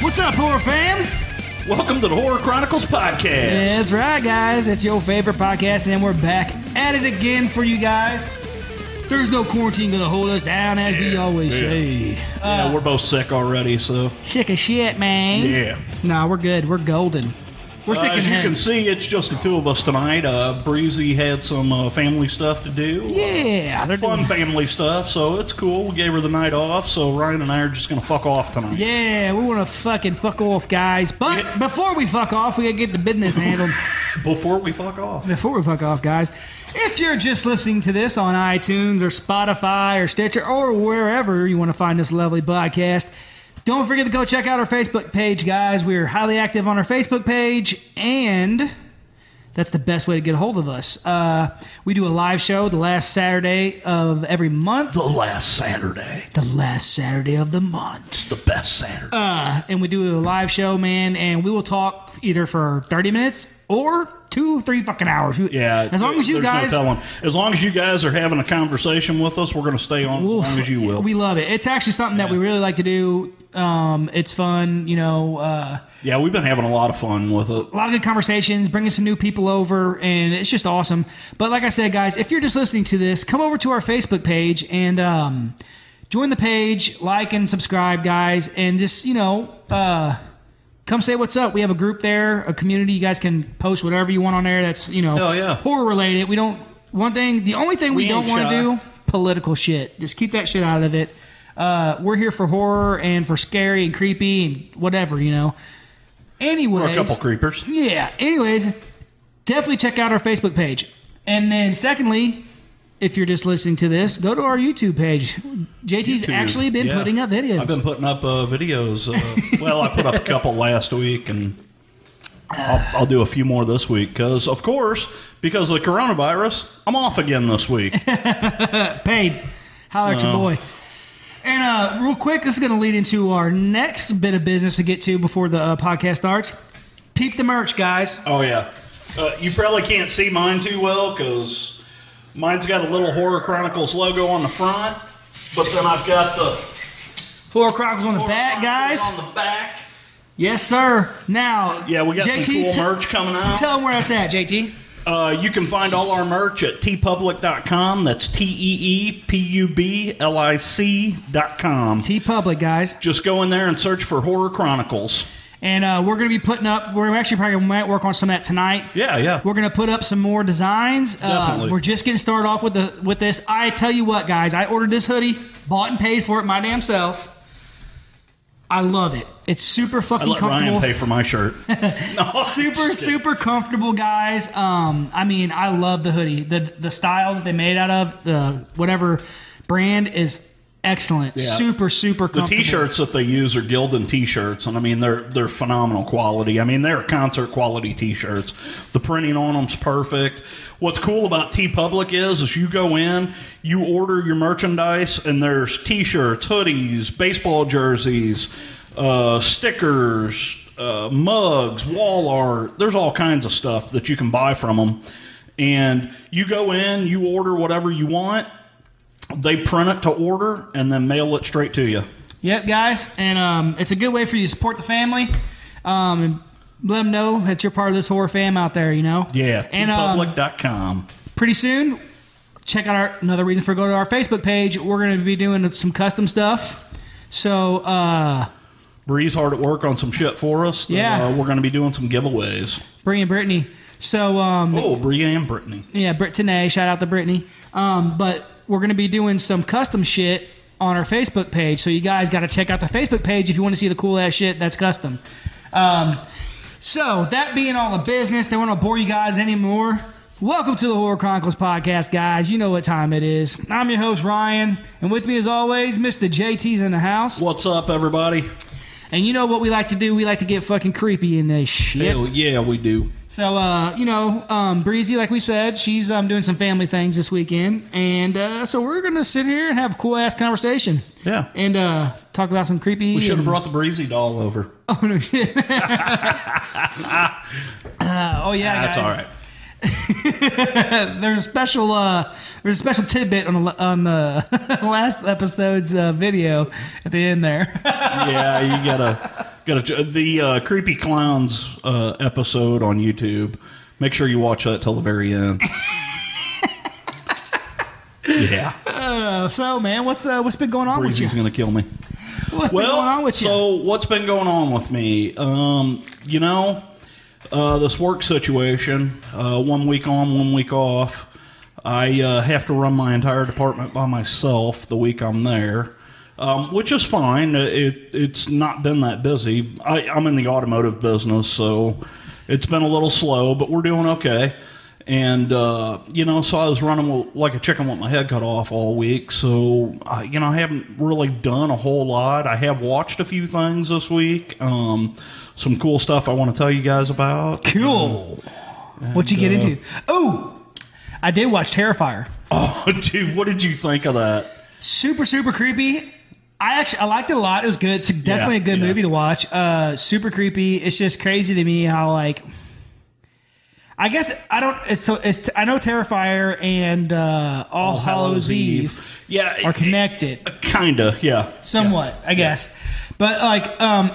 What's up, horror fam? Welcome to the Horror Chronicles podcast. That's right, guys. It's your favorite podcast, and we're back at it again for you guys. There's no quarantine gonna hold us down, as we Yeah, always yeah. say. yeah, we're both sick already, so Sick of shit, man. yeah. Nah, we're good. We're golden. We're Uh, sick and as you happy. can see, it's just the two of us tonight. Uh, Breezy had some uh, family stuff to do. Uh, Yeah, they're Fun doing. family stuff, so it's cool. We gave her the night off, so Ryan and I are just gonna fuck off tonight. Yeah, we want to fucking fuck off, guys. But Yeah. before we fuck off, we gotta get the business handled. Before we fuck off. Before we fuck off, guys, if you're just listening to this on iTunes or Spotify or Stitcher or wherever you want to find this lovely podcast, don't forget to go check out our Facebook page, guys. We are highly active on our Facebook page, and that's the best way to get a hold of us. Uh, we do a live show the last Saturday of every month, The last Saturday. the last Saturday of the month It's the best Saturday. Uh, and we do a live show, man, and we will talk either for 30 minutes or two, three fucking hours. You- yeah. As long as you there's no guys. telling. As long as you guys are having a conversation with us, we're gonna stay on Oof, as long as you will. We love it. It's actually something that we really like to do. Um, it's fun, you know, uh, yeah, we've been having a lot of fun with it. a lot of good conversations, bringing some new people over, and it's just awesome. But like I said, guys, if you're just listening to this, come over to our Facebook page and um, join the page, like and subscribe, guys, and just, you know, uh, come say what's up. We have a group there, a community. You guys can post whatever you want on there that's, you know, Hell yeah. horror related. We don't, one thing, the only thing we, We don't ain't want shy. to do, political shit. Just keep that shit out of it. Uh, we're here for horror and for scary and creepy and whatever, you know. Anyway, We're a couple creepers. yeah. Anyways, definitely check out our Facebook page. And then, secondly, if you're just listening to this, go to our YouTube page. JT's YouTube. actually been Yeah. putting up videos. I've been putting up uh, videos. Uh, well, I put up a couple last week, and I'll, I'll do a few more this week because, of course, because of the coronavirus, I'm off again this week. paid. Holler at your So- boy. And uh, real quick, this is going to lead into our next bit of business to get to before the uh, podcast starts. Peep the merch, guys. oh yeah, uh, you probably can't see mine too well because mine's got a little Horror Chronicles logo on the front, but then I've got the Horror Chronicles on the Horror back, guys. Chronicles on the back. Yes, sir. Now, Yeah, we got some cool t- merch coming out. Tell them where that's at, JT. Uh, you can find all our merch at tpublic.com. That's T E E P U B L I C dot com. T Public, guys. Just go in there and search for Horror Chronicles. And uh, we're going to be putting up, we're actually probably might work on some of that tonight. Yeah, yeah. We're going to put up some more designs. Uh, Definitely. we're just getting started off with the with this. I tell you what, guys, I ordered this hoodie, bought and paid for it my damn self. I love it. It's super I fucking let comfortable. Ryan pay for my shirt. No, super super comfortable guys um i mean i love the hoodie the the style that they made out of the whatever brand is excellent super super The comfortable T-shirts that they use are Gildan T-shirts, and I mean they're they're phenomenal quality. I mean they're concert quality T-shirts. The printing on them's perfect. What's cool about T Public is is you go in, you order your merchandise, and there's T-shirts, hoodies, baseball jerseys, uh, stickers, uh, mugs, wall art. There's all kinds of stuff that you can buy from them. And you go in, you order whatever you want. They print it to order and then mail it straight to you. Yep, guys, and um, it's a good way for you to support the family, um, and let them know that you're part of this horror fam out there. You know. Yeah, And um, tpublic.com. pretty soon, check out our another reason for go to our Facebook page. We're going to be doing some custom stuff. So uh, Bree's hard at work on some shit for us. that, Yeah. uh, we're going to be doing some giveaways. Bree and Brittany. So um, Oh, Bree and Brittany. yeah, Brit Tanay, shout out to Brittany. Um, but we're going to be doing some custom shit on our Facebook page. So you guys got to check out the Facebook page if you want to see the cool ass shit that's custom. Um, so that being all the business, they want to bore you guys anymore. Welcome to the Horror Chronicles podcast, guys. You know what time it is. I'm your host Ryan, and with me as always, Mr. JT's in the house. What's up, everybody? And you know what we like to do? We like to get fucking creepy in this shit. Hell yeah, we do. So, uh, you know, um, Breezy, like we said, she's um, doing some family things this weekend. And uh, so we're going to sit here and have a cool ass conversation Yeah. and uh, talk about some creepy. we should have and- brought the Breezy doll over. Oh, no shit. uh, oh, yeah. guys. That's all right. There's a special, uh, there's a special tidbit on the, on the last episode's uh, video at the end there. Yeah, you gotta Got to the uh, creepy clowns uh, episode on YouTube. Make sure you watch that till the very end. yeah, So, man, what's uh, what's been going on with you? Breezy's gonna kill me. What's been going on with you? so what's been going on with me? Um, you know, uh, this work situation. Uh, one week on, one week off. I uh, have to run my entire department by myself the week I'm there, um, which is fine. It it's not been that busy. I, I'm in the automotive business, so it's been a little slow, but we're doing okay. And uh, you know, so I was running like a chicken with my head cut off all week. So I, you know, I haven't really done a whole lot. I have watched a few things this week. Um, some cool stuff I want to tell you guys about. cool. What'd you get uh, into? Oh, I did watch Terrifier. Oh, dude, what did you think of that? Super, super creepy. I actually I liked it a lot. It was good. It's definitely a good yeah. movie to watch. Uh, super creepy. It's just crazy to me how like. I guess I don't. It's, so it's I know Terrifier and uh, All, Hallows Eve, Yeah, are it- connected it- kinda. Yeah, somewhat, I guess. But like, um,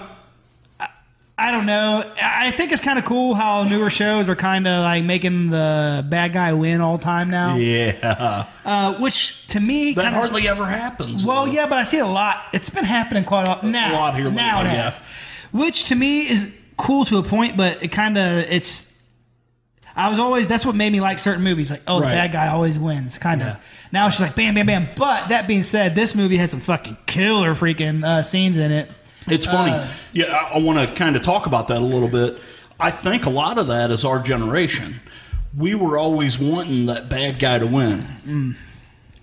I- I don't know. I I think it's kind of cool how newer shows are kind of like making the bad guy win all the time now, yeah. uh, which to me That kinda- hardly ever happens. well, though. yeah, but I see it a lot. It's been happening quite a, now, lot here lately, Now it yeah. has, which to me is cool to a point, but it kind of it's. I was always that's what made me like certain movies, like oh Right. the bad guy always wins, kind of. Yeah. Now it's just like bam, bam, bam. But that being said, this movie had some fucking killer freaking uh, scenes in it. It's funny. Uh, yeah, I, I want to kind of talk about that a little bit. I think a lot of that is our generation. We were always wanting that bad guy to win. Mm.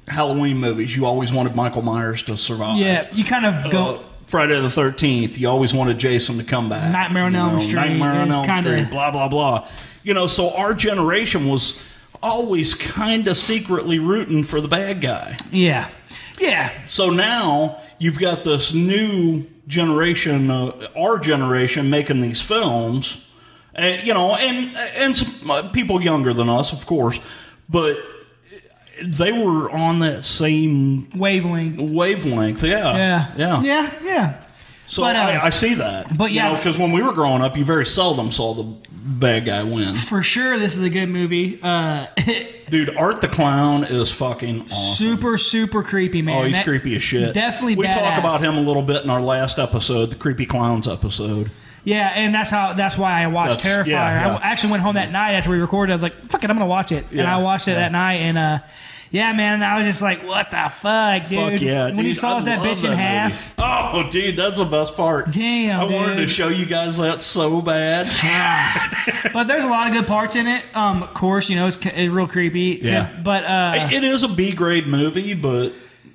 Halloween movies, you always wanted Michael Myers to survive. Yeah, you kind of go Uh, Friday the Thirteenth, you always wanted Jason to come back. Nightmare on You Elm know, Street Nightmare on is Elm kinda- Street. Blah blah blah. You know, so our generation was always kind of secretly rooting for the bad guy. yeah, yeah. So now you've got this new generation, uh, our generation, making these films, and, you know, and and some uh, people younger than us, of course, but they were on that same Wavelength. wavelength. Yeah, Yeah, yeah, yeah, yeah. So But, uh, I, I see that. but yeah. because when we were growing up, you very seldom saw the bad guy win. For sure, this is a good movie. Uh, Dude, Art the Clown is fucking awesome. super, super creepy, man. Oh, he's That- creepy as shit. Definitely We talk badass. about him a little bit in our last episode, the creepy clowns episode. Yeah, and that's how that's why I watched That's- Terrifier. yeah, yeah. I actually went home that night after we recorded. I was like, "Fuck it, I'm gonna watch it," and Yeah, I watched it yeah. that night. And uh, yeah, man, and I was just like, "What the fuck, dude?" Fuck yeah! when dude, he saw I us that love bitch in movie. half. Oh, dude, that's the best part. Damn, I wanted to dude. show you guys that so bad. Yeah. but there's a lot of good parts in it. Um, of course, you know it's, it's real creepy. Yeah. But uh, it is a B grade movie, but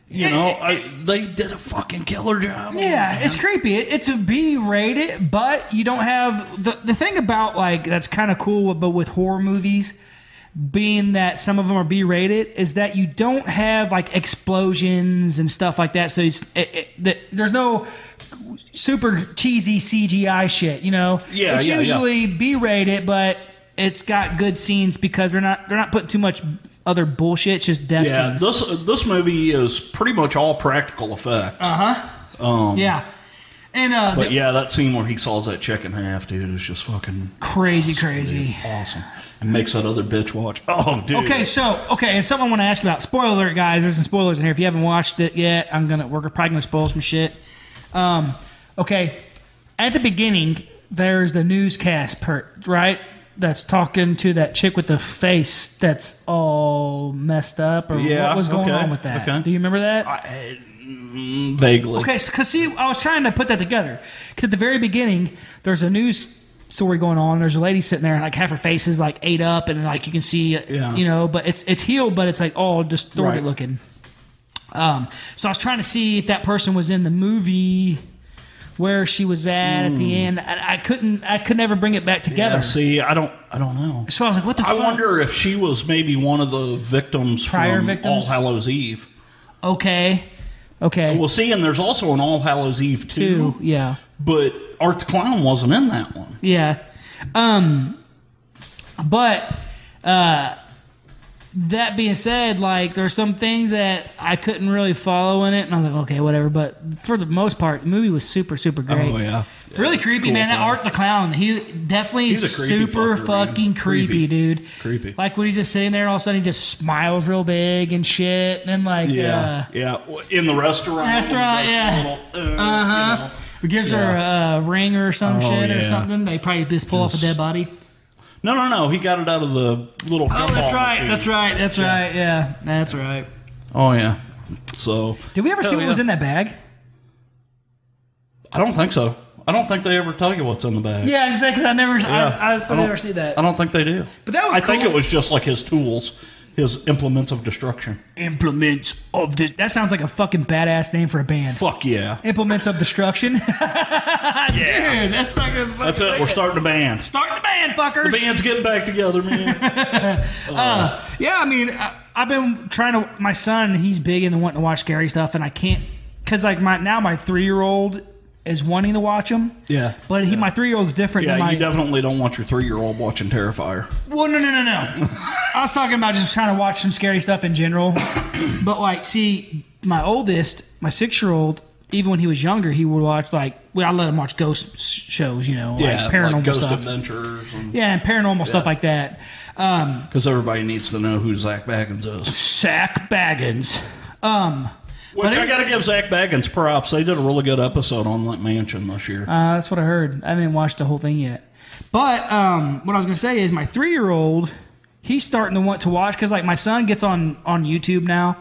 you It- know, it- I, they did a fucking killer job. on Yeah, it. it's creepy. It, it's a B rated, but you don't have the the thing about like that's kind of cool, but with horror movies being that some of them are B rated is that you don't have like explosions and stuff like that. So it's, it, it, that there's no super cheesy CGI shit. You know, Yeah, it's yeah, yeah. usually B rated, but it's got good scenes because they're not they're not putting too much other bullshit. It's just death yeah. scenes. This this movie is pretty much all practical effects. Uh huh. yeah, and uh, But yeah, that scene where he saws that chick in half, dude, is just fucking crazy, crazy. awesome. And makes that other bitch watch. Oh, dude. Okay, so okay, and something I want to ask you about. Spoiler alert, guys! There's some spoilers in here. If you haven't watched it yet, I'm gonna we're probably gonna spoil some shit. Um, okay, at the beginning, there's the newscast part, right? That's talking to that chick with the face that's all messed up, or Yeah, what was going okay, on with that? okay. Do you remember that? I- mm, vaguely. uh, Okay, because see, I was trying to put that together. Because at the very beginning, there's a news story going on. There's a lady sitting there, and like half her face is like ate up, and like you can see, Yeah. you know, but it's it's healed, but it's like all distorted Right. looking. Um, so I was trying to see if that person was in the movie where she was at at the end. I, I couldn't, I could never bring it back together. Hmm. Yeah, see, I don't, I don't know. so I was like, what the? I fuck? wonder if she was maybe one of the victims Prior from victims? All Hallows Eve. Okay, okay, Well, see, and there's also an All Hallows Eve two, too, yeah. but Art the Clown wasn't in that one. Yeah. Um but uh that being said, like there's some things that I couldn't really follow in it, and I was like, okay, whatever. But for the most part, the movie was super, super great. Oh yeah. Really creepy, cool man. That fella. Art the clown, he definitely He's a creepy super fucker, man. fucking creepy, Creepy. dude. Creepy. Like when he's just sitting there, all of a sudden he just smiles real big and shit, and then like uh, Yeah, yeah. In the restaurant. Restaurant, when he does yeah. the little, uh Uh-huh. gives her a ring or some Oh, shit or yeah. something. They probably just pull off a dead body. No, no, no. He got it out of the little. Oh, that's right. That's right. That's right. Yeah, that's right. Oh yeah. So Did we ever see Hell what was yeah. in that bag? I don't think so. I don't think they ever tell you what's in the bag. Yeah, I because I never, I, I, I don't- never see that. I don't think they do. But that was I think cool. it was just like his tools, his implements of destruction. Implements of this. That sounds like a fucking badass name for a band. Fuck yeah. Implements of destruction. Dude, that's fucking. fucking That's it. We're starting a band. Starting the band, fuckers. Band's getting back together, man. Yeah, I mean, I, I've been trying to. My son, he's big into wanting to watch scary stuff, and I can't because like my now my three year old is wanting to watch them. yeah. But he, my three year old's different. than Yeah, my, you definitely don't want your three-year-old watching Terrifier. Well, no, no, no, no. I was talking about just trying to watch some scary stuff in general. But like, see, my oldest, my six-year-old, even when he was younger, he would watch like well, I let him watch ghost s- shows, you know, like paranormal like Ghost stuff. Adventures. Because yeah, and paranormal stuff like that. Um, everybody needs to know who Zach Baggins is. Sack Baggins. Um, Which it- I got to give Zach Baggins props. They did a really good episode on that mansion this year. Uh, that's what I heard. I didn't watch the whole thing yet. But um, what I was gonna say is my three year old, he's starting to want to watch because like my son gets on on YouTube now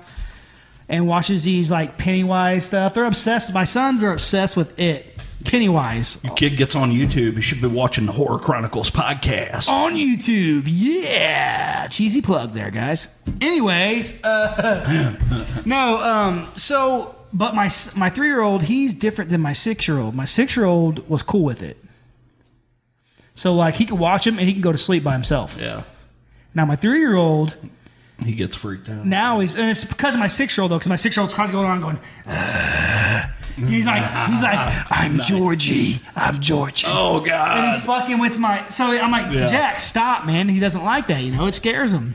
and watches these like Pennywise stuff. They're obsessed. My sons are obsessed with it. Pennywise Your kid gets on YouTube. He should be watching the Horror Chronicles podcast. on YouTube. Yeah, cheesy plug there, guys. Anyways, uh, no. Um, so, but my s- my three year old, he's different than my six year old. My six year old was cool with it. So like he could watch him and he can go to sleep by himself. Yeah, Now my three year old he gets freaked out. now he's and it's because of my six year old though because my six year old's constantly going around going. "Ugh." He's like he's like I'm Georgie. I'm Georgie. Oh God! And he's fucking with my. So I'm like, Yeah. Jack, stop, man. He doesn't like that. You know, it scares him.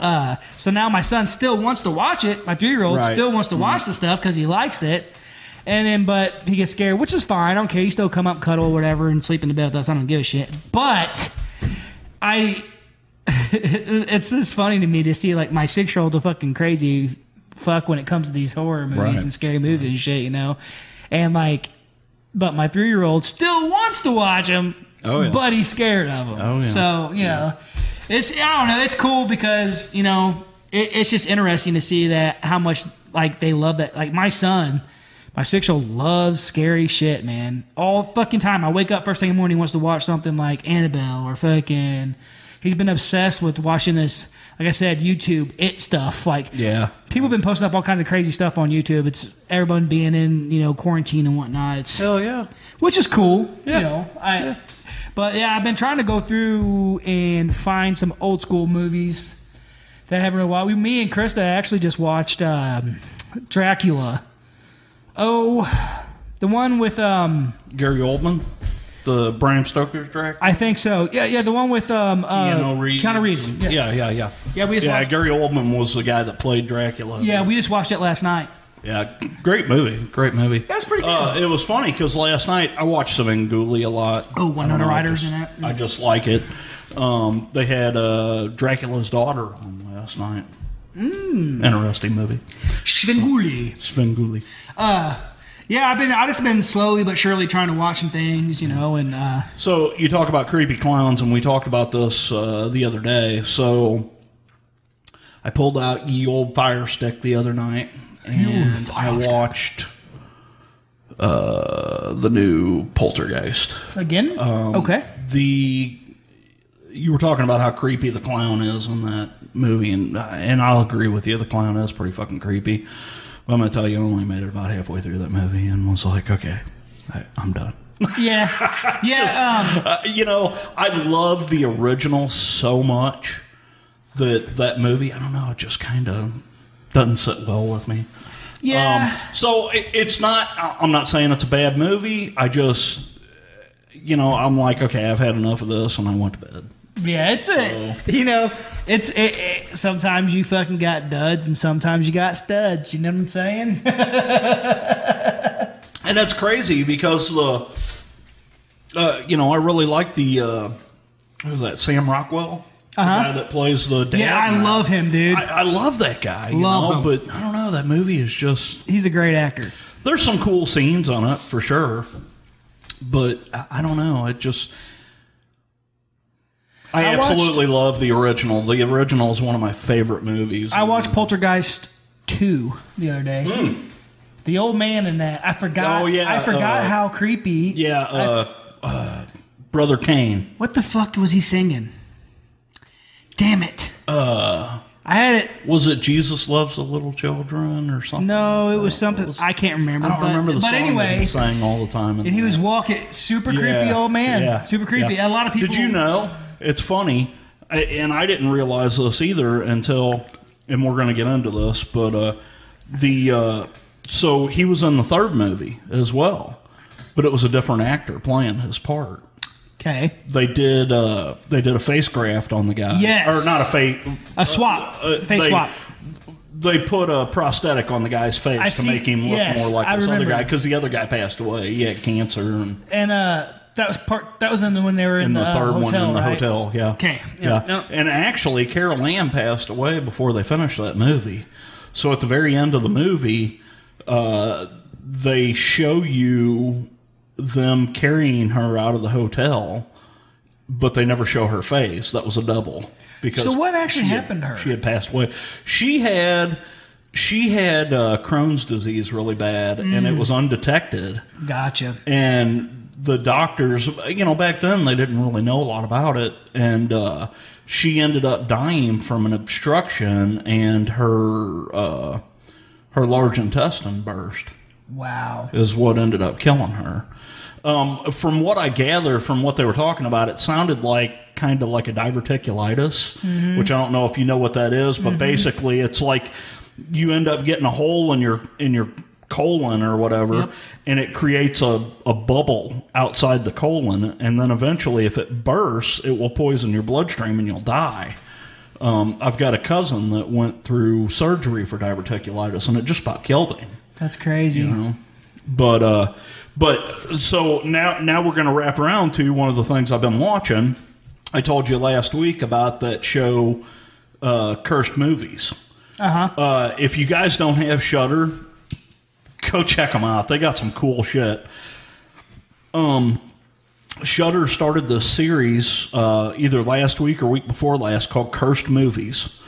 Uh, so now my son still wants to watch it. My three year old Right. Mm-hmm. still wants to watch the stuff because he likes it. And then, but he gets scared, which is fine. I don't care. He still come up, cuddle, whatever, and sleep in the bed with us. I don't give a shit. But I, it's just funny to me to see like my six year old a fucking crazy fuck when it comes to these horror movies Right. and scary movies and shit, you know, and like but my three year old still wants to watch him. Oh, yeah. But he's scared of him. Oh, yeah. So you know, it's I don't know. It's cool because you know it, it's just interesting to see that how much like they love that. Like my son, my six year old loves scary shit, man. All fucking time. I wake up first thing in the morning, he wants to watch something like Annabelle or fucking. He's been obsessed with watching this. Like I said, YouTube it stuff. Like yeah, people have been posting up all kinds of crazy stuff on YouTube. It's everyone being in you know quarantine and whatnot. It's hell yeah. which is cool. Yeah. You know, I. But yeah, I've been trying to go through and find some old school movies that I haven't really watched. We, me and Krista actually just watched um, Dracula. Oh, the one with um, Gary Oldman, the Bram Stoker's Dracula. I think so. Yeah, yeah, the one with um, uh, Keanu Reeves. Keanu Reeves. Yes. Yeah, yeah, yeah. Yeah, we just yeah, watched- Gary Oldman was the guy that played Dracula. yeah, we just watched it last night. yeah. Great movie. Great movie. That's pretty good. Uh, it was funny because last night I watched some Nguli a lot. Oh, Winona I don't know, I Ryder's just- in it. I just like it. Um, they had uh, Dracula's daughter on last night. Mm. Interesting movie. Svengoolie. Svengoolie. Yeah, I've been I just been slowly but surely trying to watch some things, you know, and uh, So you talk about creepy clowns, and we talked about this uh, the other day. So I pulled out ye old fire stick the other night, and I watched uh, the new Poltergeist. again, okay, The you were talking about how creepy the clown is in that movie, and uh, and I'll agree with you. The clown is pretty fucking creepy. But I'm gonna tell you, I only made it about halfway through that movie, and was like, okay, I, I'm done. yeah, yeah. Um, Uh, you know, I love the original so much that that movie, I don't know, it just kind of doesn't sit well with me. Yeah. Um, so it, it's not, I- I'm not saying it's a bad movie. I just, you know, I'm like, okay, I've had enough of this and I went to bed. Yeah, it's a you know, it's it, it- sometimes you fucking got duds and sometimes you got studs. You know what I'm saying? And that's crazy because the, uh, you know, I really like the, uh, who was that, Sam Rockwell? Uh-huh. The guy that plays the dad. yeah, I now. love him, dude. I, I love that guy. You Love know, him. But I don't know, that movie is just, He's a great actor. there's some cool scenes on it for sure. But I, I don't know, it just, I, I watched- absolutely love the original. The original is one of my favorite movies. I watched Poltergeist two the other day. The old man in that. I forgot. Hmm. Oh, yeah, I forgot uh, how creepy. Yeah, uh, uh, Brother Kane. What the fuck was he singing? Damn it. Uh. I had it. Was it Jesus Loves the Little Children or something? No, it was something I can't remember. I don't but, remember the But song anyway, that he sang all the time. and he was walking. Super creepy old man. Super creepy. A lot of people. Did you know? It's funny, I- and I didn't realize this either until, and we're going to get into this, but uh, the uh, so he was in the third movie as well, but it was a different actor playing his part. Okay. They did uh, they did a face graft on the guy. Yes. or not a face. A swap. uh, face they- swap. They put a prosthetic on the guy's face I to see- make him look yes, more like I this remember. other guy because the other guy passed away. He had cancer and And uh, that was part. That was in the when they were in, in the, uh, third one hotel, in the right? hotel. Yeah. Okay, yeah, Yeah. no. And actually, Carol Lamb passed away before they finished that movie. So at the very end of the movie, uh, they show you them carrying her out of the hotel, but they never show her face. That was a double. Because So what actually she had- happened to her? She had passed away. She had. She had uh, Crohn's disease really bad, and it Mm. was undetected Gotcha. and the doctors you know back then they didn't really know a lot about it and uh, she ended up dying from an obstruction and her uh, her large intestine burst Wow. is what ended up killing her um, from what i gather from what they were talking about it sounded like kind of like a diverticulitis which i don't know if you know what that is but basically it's like you end up getting a hole in your in your colon or whatever Yep. and it creates a, a bubble outside the colon and then eventually if it bursts it will poison your bloodstream and you'll die um, i've got a cousin that went through surgery for diverticulitis and it just about killed him That's crazy. but uh but so now now we're going to wrap around to one of the things I've been watching. I told you last week about that show uh Cursed Movies. Uh huh. Uh if you guys don't have Shutter, go check them out. They got some cool shit. Um Shutter started this series uh, either last week or week before last called Cursed Movies.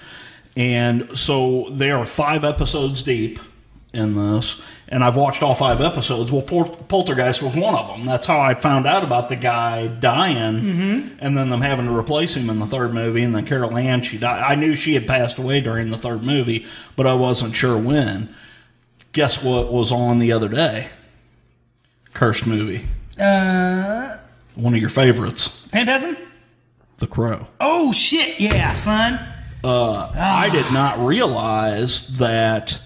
And so they are five episodes deep in this, and I've watched all five episodes. Well, Pol- Poltergeist was one of them. That's how I found out about the guy dying, and then them having to replace him in the third movie. And then Carol Ann, she died. I knew she had passed away during the third movie, but I wasn't sure when. Guess what was on the other day? Cursed movie, Uh, one of your favorites, Phantasm. The Crow. Oh shit! Yeah, son. I did not realize that.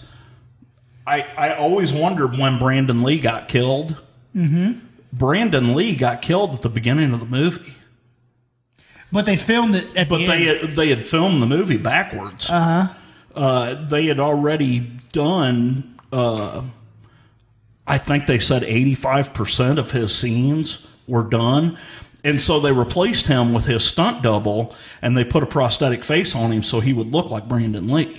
I I always wondered when Brandon Lee got killed. Mm-hmm. Brandon Lee got killed at the beginning of the movie, But they filmed it at but the they end. had, they had filmed the movie backwards. Uh-huh. They had already done. Uh, I think they said eighty five percent of his scenes were done. And so they replaced him with his stunt double, and they put a prosthetic face on him so he would look like Brandon Lee.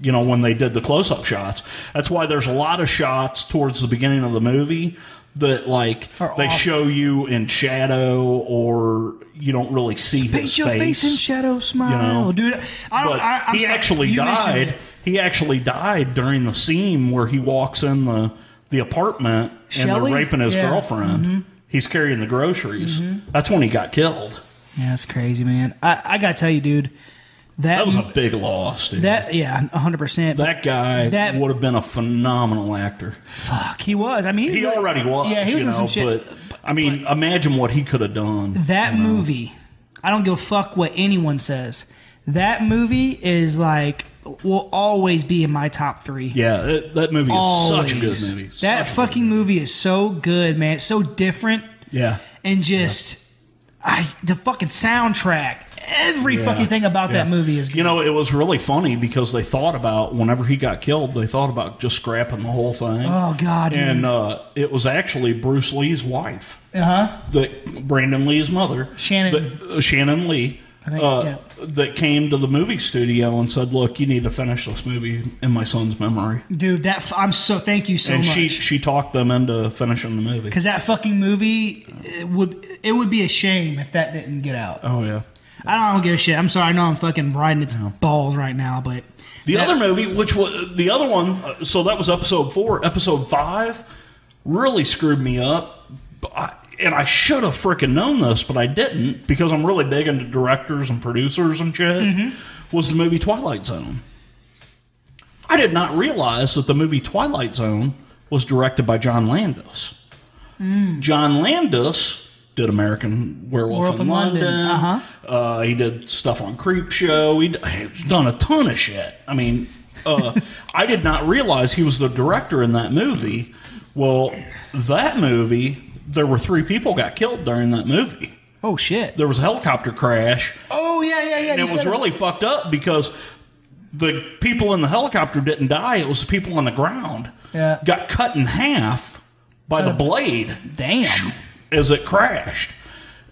you know, when they did the close up shots. That's why there's a lot of shots towards the beginning of the movie that, like, Are they off. show you in shadow or you don't really see his Paint your face in shadow, smile, know? dude. I don't. But I, I'm he sorry, actually you mentioned died. it. He actually died during the scene where he walks in the, the apartment and Shelley? they're raping his Yeah. Mm-hmm. girlfriend. He's carrying the groceries. That's when he got killed. Yeah, that's crazy, man. I, I gotta tell you, dude. That, That was a big loss, dude. That, that yeah, hundred percent. guy that- would have been a phenomenal actor. Fuck, he was. I mean, He already was. Yeah, he was you in some know, shit. But, I mean, imagine what he could have done. That movie, I don't give a fuck what anyone says. That movie is like will always be in my top three. Yeah, it, that movie is such a good Always. movie. That Such a good fucking movie is so good, man. It's so different movie. yeah. and just I, the fucking soundtrack, every Yeah. fucking thing about that Yeah. movie is good. You know, it was really funny because they thought about whenever he got killed, they thought about just scrapping the whole thing. oh god, and dude. uh, it was actually Bruce Lee's wife, Uh huh. that Brandon Lee's mother, Shannon. that, uh, Shannon Lee, think, uh, yeah. that came to the movie studio and said, "Look, you need to finish this movie in my son's memory." Dude, that f- I'm so thank you so and much. she she talked them into finishing the movie. Because that fucking movie it would it would be a shame if that didn't get out. Oh yeah. I don't give a shit. I'm sorry. I know I'm fucking riding its balls right now, but The that- other movie, which was the other one, uh, so that was episode four. Episode five really screwed me up, But I- and I should have freaking known this, but I didn't because I'm really big into directors and producers and shit. Was the movie Twilight Zone? I did not realize that the movie Twilight Zone was directed by John Landis. John Landis did American Werewolf, Hmm. Werewolf in in London. London, uh-huh. Uh, he did stuff on Creep Show. He d- He's done a ton of shit. I mean, uh, I did not realize he was the director in that movie. Well, that movie, there were three people got killed during that movie. oh shit. There was a helicopter crash Oh yeah, yeah, yeah. you and it was said really fucked up because the people in the helicopter didn't die. It was the people on the ground Yeah. got cut in half by the blade Damn. as it crashed.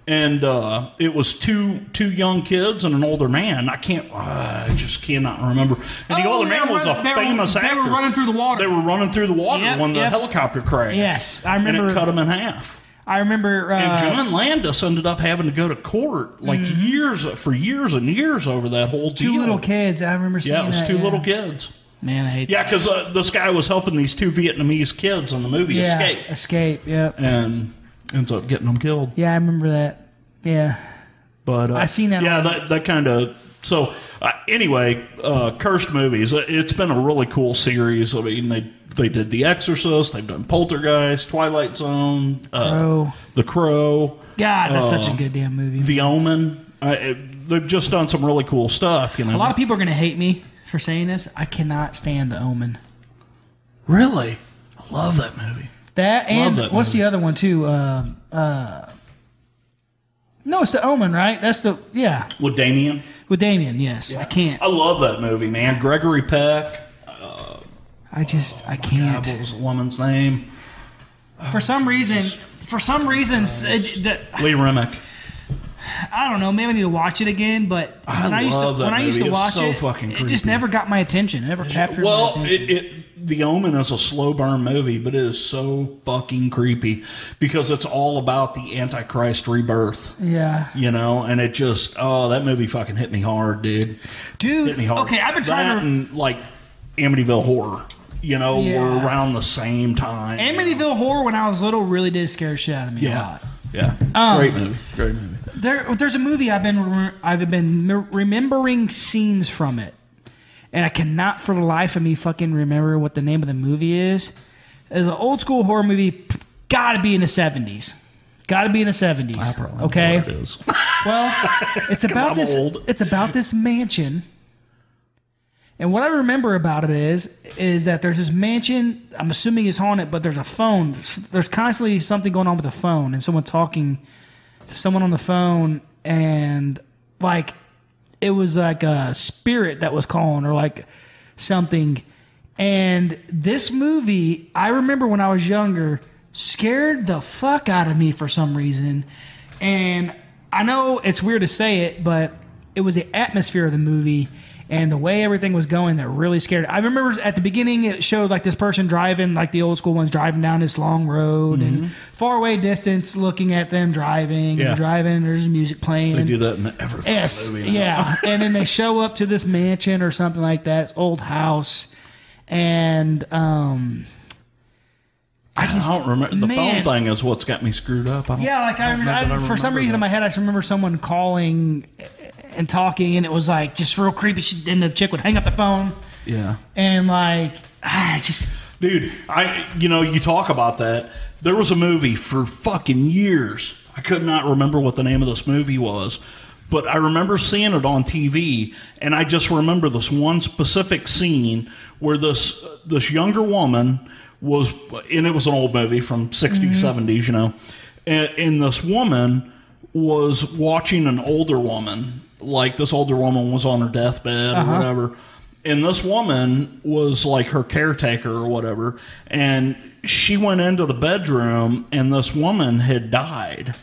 And uh, it was two two young kids and an older man. I can't, uh, I just cannot remember. And the Oh, older they man were was a run- they were- famous they were actor. running through the water. They were running through the water Yep, when the yep. helicopter crashed. Yes, I and remember. it cut him in half. I remember. And Uh, Mm-hmm. John Landis ended up having to go to court like years for years and years over that whole two deal. little kids. I remember seeing Yeah, it was that, two little kids. Man, I hate. Yeah, because uh, this guy was helping these two Vietnamese kids in the movie yeah, escape, Escape. Yeah. and ends up getting them killed. Yeah, I remember that. Yeah. But uh, I seen that Yeah, on- that that kind of. So uh, anyway, uh, cursed movies. Uh, It's been a really cool series. I mean, they they did The Exorcist. They've done Poltergeist, Twilight Zone, uh, Crow. The Crow. God, that's Uh, such a good damn movie. The Omen. I, it, they've just done some really cool stuff. You a know, lot of people are gonna hate me for saying this. I cannot stand The Omen. really. I love that movie. That and that what's movie. the other one too? Uh, uh, no, it's The Omen, right? That's the yeah With Damien, with Damien. Yes, I can't. I love that movie, man. Gregory Peck. I just I God, can't. what was the woman's name? for some reason, for some reason, it, that, Lee Remick. I don't know. Maybe I need to watch it again. But I when I used love to that when I used movie. to It was watch so it, fucking it creepy. just never got my attention. It never captured Well, my attention. it, it, The Omen is a slow burn movie, but it is so fucking creepy because it's all about the Antichrist rebirth, yeah, you know. And it just, oh, that movie fucking hit me hard, dude. dude. hit me hard. Okay, I've been trying That to. and, like Amityville Horror. You know, Yeah. were around the same time. Amityville Horror when I was little really did scare the shit out of me a Yeah. lot. Yeah. Um, Great movie. Great movie. There, there's a movie I've been re- I've been me- remembering scenes from it, and I cannot for the life of me fucking remember what the name of the movie is. It's an old school horror movie. p- Gotta be in the seventies. Gotta be in the seventies. Okay. Well, it's about I'm this. old. It's about this mansion. And what I remember about it is, is that there's this mansion. I'm assuming it's haunted, but there's a phone. There's, there's constantly something going on with the phone, and someone talking to someone on the phone, and like it was like a spirit that was calling, or like something. And this movie, I remember when I was younger, scared the fuck out of me for some reason. And I know it's weird to say it, but it was the atmosphere of the movie and the way everything was going that really scared. I remember at the beginning it showed like this person driving, like the old school ones driving down this long road and far away distance looking at them driving Mm-hmm. Yeah. and driving and there's music playing. They do that in every Yes, movie. now. yeah. and then they show up to this mansion or something like that, this old house, and um, I I just don't remember. The man. phone thing is what's got me screwed up. I don't, Yeah, like I, don't I, know that I for some remember reason in that. my head, I just remember someone calling and talking, and it was like just real creepy. She, and the chick would hang up the phone, Yeah. and like I just Dude, I you know, you talk about that. There was a movie for fucking years. I could not remember what the name of this movie was, but I remember seeing it on TV and I just remember this one specific scene where this this younger woman was and it was an old movie from 60s 70s, you know. And, and this woman was watching an older woman, like this older woman was on her deathbed or whatever. And this woman was like her caretaker or whatever. And she went into the bedroom and this woman had died.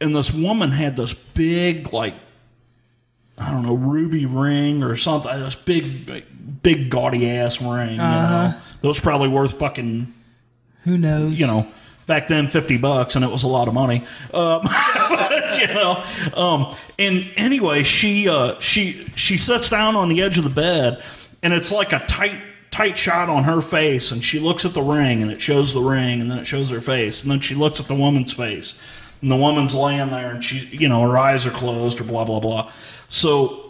And this woman had this big, like, I don't know, ruby ring or something. This big, big, big gaudy ass ring. you know. That was probably worth fucking Who knows? you know, back then fifty bucks, and it was a lot of money. Um, you know, um, and anyway, she uh, she she sits down on the edge of the bed, and it's like a tight tight shot on her face, and she looks at the ring, and it shows the ring, and then it shows her face, and then she looks at the woman's face, and the woman's laying there, and she you know her eyes are closed, or blah blah blah. So.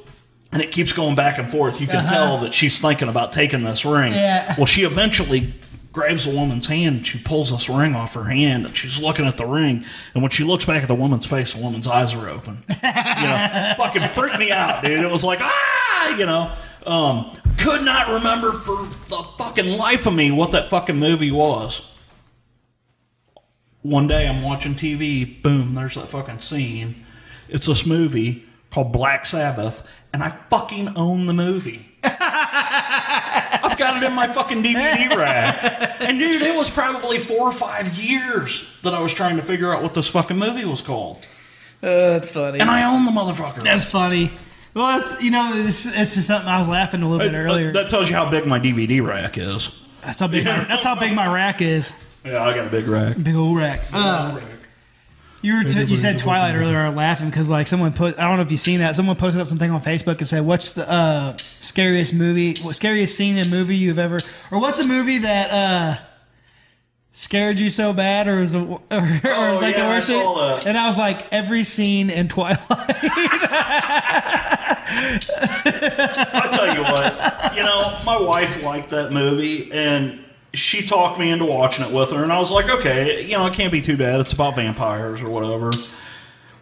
And it keeps going back and forth. You can Uh-huh. tell that she's thinking about taking this ring. Yeah. Well, she eventually grabs the woman's hand and she pulls this ring off her hand and she's looking at the ring. And when she looks back at the woman's face, the woman's eyes are open. you know, fucking freaked me out, dude. It was like, ah, you know. Um, could not remember for the fucking life of me what that fucking movie was. One day I'm watching TV, boom, there's that fucking scene. It's this movie called Black Sabbath, and I fucking own the movie. I've got it in my fucking DVD rack. And dude, it was probably four or five years that I was trying to figure out what this fucking movie was called. Oh, that's funny. And I own the motherfucker. That's funny. Well, it's, you know, this, this is something I was laughing a little bit earlier. Uh, that tells you how big my DVD rack is. that's how big. My, that's how big my rack is. Yeah, I got a big rack. Big old rack. Uh, you were t- you said Twilight earlier. I was laughing because like someone put. I don't know if you've seen that. Someone posted up something on Facebook and said, "What's the uh, scariest movie? What scariest scene in a movie you've ever? Or what's a movie that uh, scared you so bad, or was a, or, or was like Oh, yeah, the I worst?" saw scene? that. And I was like, every scene in Twilight. I tell you what, you know, my wife liked that movie, and she talked me into watching it with her, and I was like, okay, you know, it can't be too bad. It's about vampires or whatever.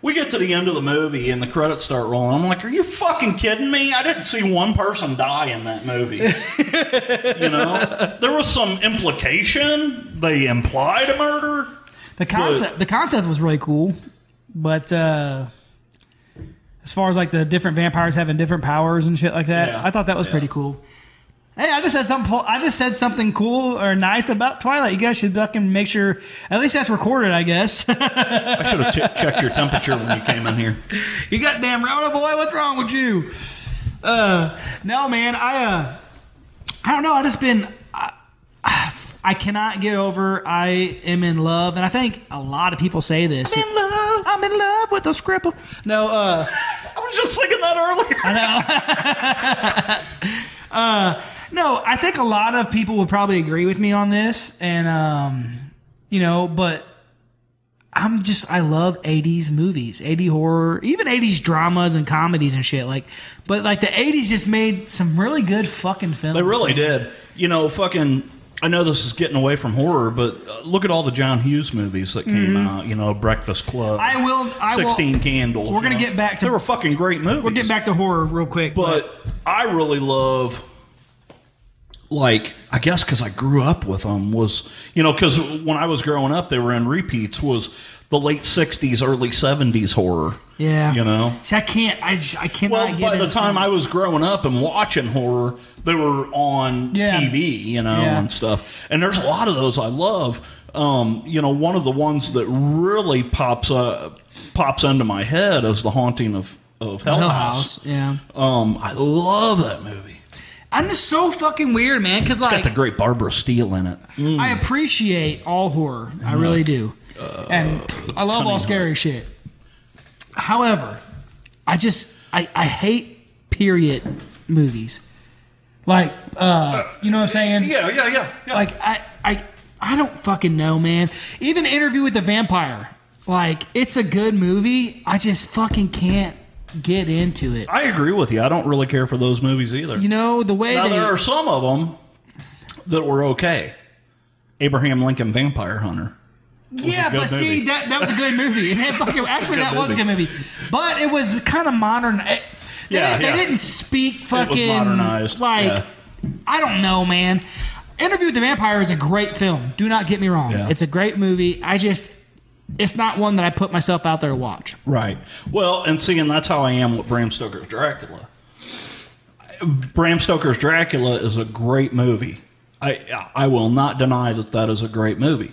We get to the end of the movie and the credits start rolling. I'm like, are you fucking kidding me? I didn't see one person die in that movie. you know, there was some implication. They implied a murder. The concept the concept was really cool, but uh, as far as like the different vampires having different powers and shit like that, Yeah. I thought that was Yeah. pretty cool. Hey, I just said something. po- I just said something cool or nice about Twilight. You guys should fucking make sure. At least that's recorded, I guess. I should have che- checked your temperature when you came in here. you goddamn Rona boy, what's wrong with you? Uh, no, man, I uh, I don't know. I just been I, I cannot get over. I am in love, and I think a lot of people say this. I'm in love. I'm in love with the scribble. No, uh. I was just thinking that earlier. No, I think a lot of people would probably agree with me on this, and um, you know, but I'm just I love '80s movies, '80 horror, even '80s dramas and comedies and shit. Like, but like the '80s just made some really good fucking films. They really did. You know, fucking. I know this is getting away from horror, but uh, look at all the John Hughes movies that came out. You know, Breakfast Club. Mm-hmm. I will. I Sixteen will. Candles. We're gonna you know. get back to- They were fucking great movies. We'll get back to horror real quick, But I really love, like, I guess because I grew up with them was, you know, because when I was growing up, they were in repeats. Was the late '60s, early '70s horror. yeah, You know. See, I can't. I just I cannot Well, get. by the into time I was growing up and watching horror, they were on Yeah. TV, you know, Yeah. and stuff. And there's a lot of those I love. Um, you know, one of the ones that really pops uh, pops into my head is the haunting of of Hell, Hell House. House, yeah. Um, I love that movie. I'm just so fucking weird, man. Because like Got the great Barbara Steele in it. Mm. I appreciate all horror. I really do. and I love all scary shit. However, I just I, I hate period movies. Like uh you know what I'm saying? Yeah, yeah, yeah. yeah. Like I I I don't fucking know, man. Even Interview with the Vampire. Like it's a good movie. I just fucking can't get into it. I agree with you. I don't really care for those movies either. You know the way now they there are some of them that were okay. Abraham Lincoln Vampire Hunter. Yeah, good but see, movie. that that was a good movie, and it fucking actually good that was a good movie, but it was kind of modern. It- They, Yeah, didn't- they yeah. didn't speak was fucking modernized, Like yeah. I don't know, man. Interview with the Vampire is a great film. Do not get me wrong; Yeah. it's a great movie. I just it's not one that I put myself out there to watch. Right. Well, and see, and that's how I am with Bram Stoker's Dracula. Bram Stoker's Dracula is a great movie. I I will not deny that that is a great movie.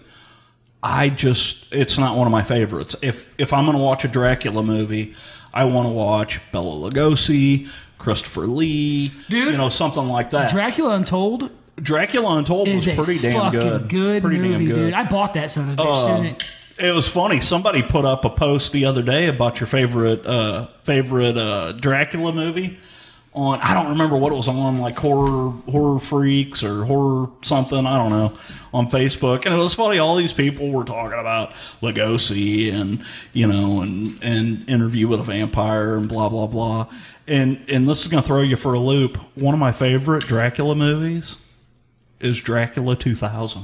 I just it's not one of my favorites. If if I'm going to watch a Dracula movie, I want to watch Bela Lugosi, Christopher Lee, Dude. you know something like that. Dracula Untold Dracula Untold is was a pretty damn fucking good. good, pretty movie, damn good. Uh, dude. I bought that son of a bitch, didn't it? It was funny. Somebody put up a post the other day about your favorite uh, favorite uh, Dracula movie. On I don't remember what it was on, like horror horror freaks or horror something. I don't know on Facebook, and it was funny. All these people were talking about Lugosi and you know and and interview with a vampire and blah blah blah. And and this is gonna throw you for a loop. One of my favorite Dracula movies is Dracula two thousand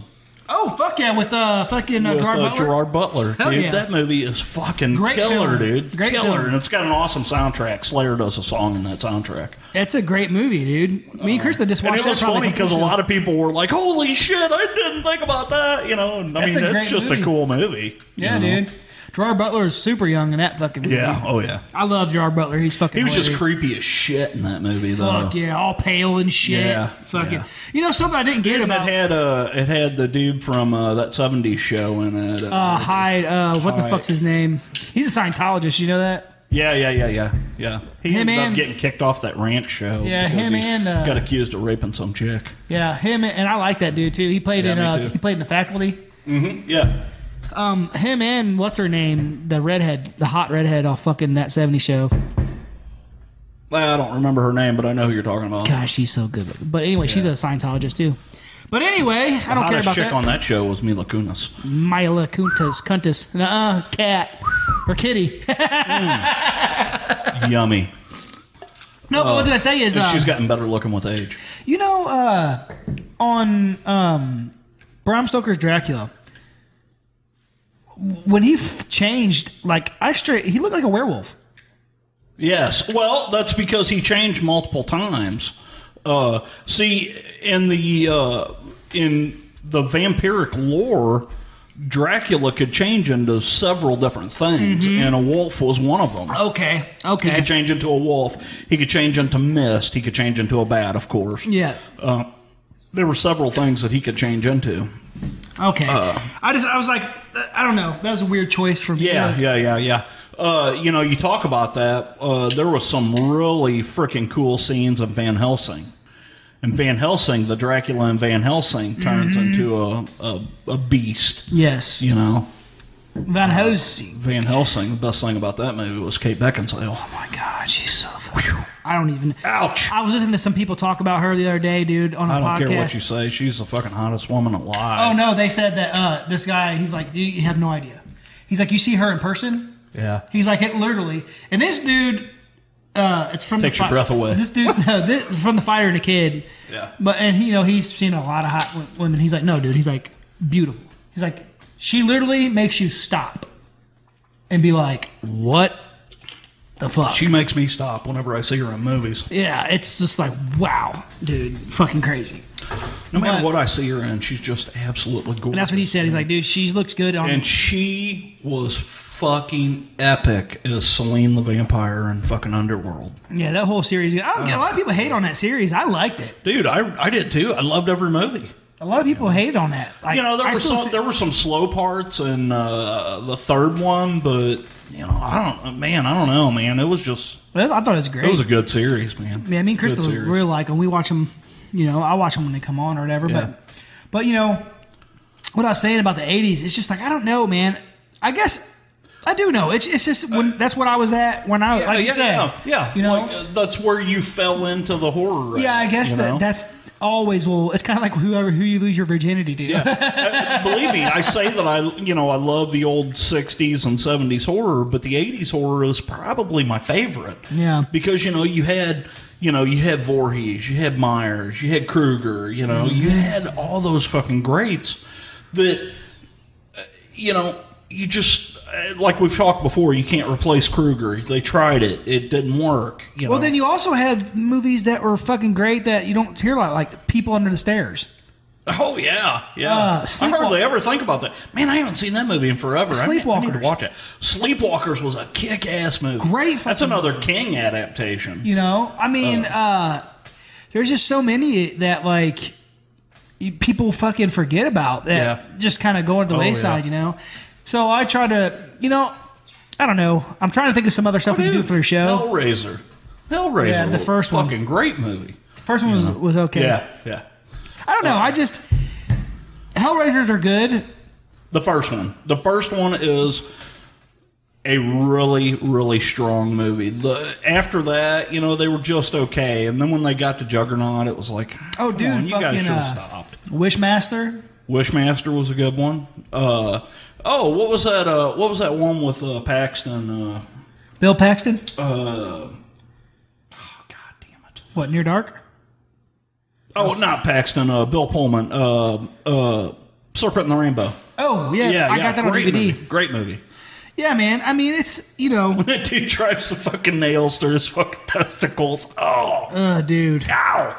Oh fuck yeah, with uh fucking uh, with Gerard uh, Butler. Gerard Butler. Hell dude, yeah. that movie is fucking Great film. killer, dude. Great killer, film. and it's got an awesome soundtrack. Slayer does a song in that soundtrack, That's a great movie, dude. Me and Krista just Uh, and watched it was that probably funny couple because a weeks lot ago. of people were like, "Holy shit, I didn't think about that," you know. And, I That's mean, a it's great just movie. a cool movie. you Yeah, know? dude. Gerard Butler is super young in that fucking movie. Yeah. Oh yeah. I love Gerard Butler. He's fucking He was just hilarious. creepy as shit in that movie, though. Fuck yeah, all pale and shit. Yeah, fucking. yeah. You know something I didn't get And it about had uh, it had the dude from uh, that '70s show in it. Uh, uh, Hyde. Uh, what the Hyde. fuck's his name? He's a Scientologist. You know that? Yeah, yeah, yeah, yeah, yeah. He Him ended and- up getting kicked off that ranch show. Yeah, because him he and, uh, got accused of raping some chick. Yeah, him and I like that dude too. He played Yeah, in me uh, too. he played in the faculty. Yeah, Um, him and what's her name, the redhead, the hot redhead off fucking that seventy show. I don't remember her name, but I know who you're talking about. Gosh, she's so good. looking. But anyway, she's a Scientologist too. But anyway, I the don't care hottest about chick that. on that show was Mila Kunis. Mila Kuntas, Kuntas, uh, cat or kitty. Yummy. no, but what I was gonna say is, And um, she's gotten better looking with age. you know, uh, on um, Bram Stoker's Dracula, when he f- changed, like I straight, he looked like a werewolf. Yes. Well, that's because he changed multiple times. Uh, see, in the uh, in the vampiric lore, Dracula could change into several different things, Mm-hmm. and a wolf was one of them. Okay, He okay, could change into a wolf. He could change into mist. He could change into a bat, of course. yeah, There were several things that he could change into. okay. Uh. I just, I was like, uh, I don't know, that was a weird choice for me. Yeah, yeah, yeah, yeah. Uh, you know, you talk about that. Uh, there was some really freaking cool scenes of Van Helsing. And Van Helsing, the Dracula in Van Helsing, turns Mm-hmm. into a, a, a beast. Yes, You know, Van Helsing. Van Helsing, the best thing about that movie was Kate Beckinsale. Oh my God, she's so. fucking- I don't even. Ouch! I was listening to some people talk about her the other day, dude, on a I don't podcast. care what you say. She's the fucking hottest woman Oh alive. no, they said that uh, this guy. He's like, you you have no idea. He's like, you see her in person. Yeah. He's like, it literally. And this dude, uh, it's from Takes the your breath away. This dude, no, this from the fighter and the kid. Yeah. But and he, you know, he's seen a lot of hot wo- women. He's like, no, dude. He's like, beautiful. He's like, she literally makes you stop and be like, what the fuck? She makes me stop whenever I see her in movies. yeah, it's just like, wow, dude, fucking crazy. No matter But- what I see her in, she's just absolutely gorgeous. And that's what he said. He's like, dude, she looks good on. And she was fucking epic as Celine the Vampire in fucking Underworld. Yeah, that whole series. I don't get a lot of people hate on that series. I liked it. Dude, I, I did too. I loved every movie. A lot of people hate on that. Like, You know, there I were still some see- there were some slow parts in uh, the third one, but you know, I don't man, I don't know, man. It was just Well, I thought it was great. it was a good series, man. yeah, me and Good Crystal series. really like them. We watch them. You know, I watch them when they come on or whatever. Yeah. But, but you know, what I was saying about the '80s, it's just like I don't know, man. I guess I do know. It's it's just when that's what I was at when I was like Oh, yeah, you said. yeah, yeah. You know. Like, uh, that's where you fell into the horror. yeah, I realm, guess you that know? that's always will. It's kind of like whoever who you lose your virginity to. Believe me, I say that I, you know, I love the old '60s and '70s horror, but the '80s horror is probably my favorite. Yeah. because you know you had, you know, you had Voorhees, you had Myers, you had Krueger, you know, Mm-hmm. you had all those fucking greats that, uh, you know, you just uh, like we've talked before, you can't replace Krueger. They tried it, it didn't work. You know, Well, then you also had movies that were fucking great that you don't hear a lot, like People Under the Stairs. Oh yeah, yeah. Uh, I Sleepwalk- hardly ever think about that. Man, I haven't seen that movie in forever. I- I, need to Sleepwalkers. watch it. Sleepwalkers was a kick-ass movie. Great That's fucking another King adaptation. You know, I mean, Oh. uh, there's just so many that like you- people fucking forget about that Yeah. Oh, just kind of go to the yeah. wayside, you know. So I try to, you know, I don't know. I'm trying to think of some other stuff we can do for the show. Hellraiser. Hellraiser. Yeah, the was first a one. Fucking great movie. First one was was okay. Yeah, yeah. I don't know. I just Hellraisers are good. The first one. The first one is a really, really strong movie. The after that, you know, they were just okay, and then when they got to Juggernaut, it was like, Oh, come dude, on, you guys fucking, should have uh, stopped. Wishmaster. Wishmaster was a good one. Uh, oh, what was that? Uh, what was that one with uh, Paxton? Uh, Bill Paxton. uh, oh, god damn it! What near dark? Oh, not Paxton. Uh, Bill Pullman. Uh, uh, Serpent in the Rainbow. Oh yeah, Yeah, I yeah, got that on great DVD. Movie. Great movie. Yeah, man. I mean, it's you know, That dude drives the fucking nails through his fucking testicles. Oh, uh, dude. ow!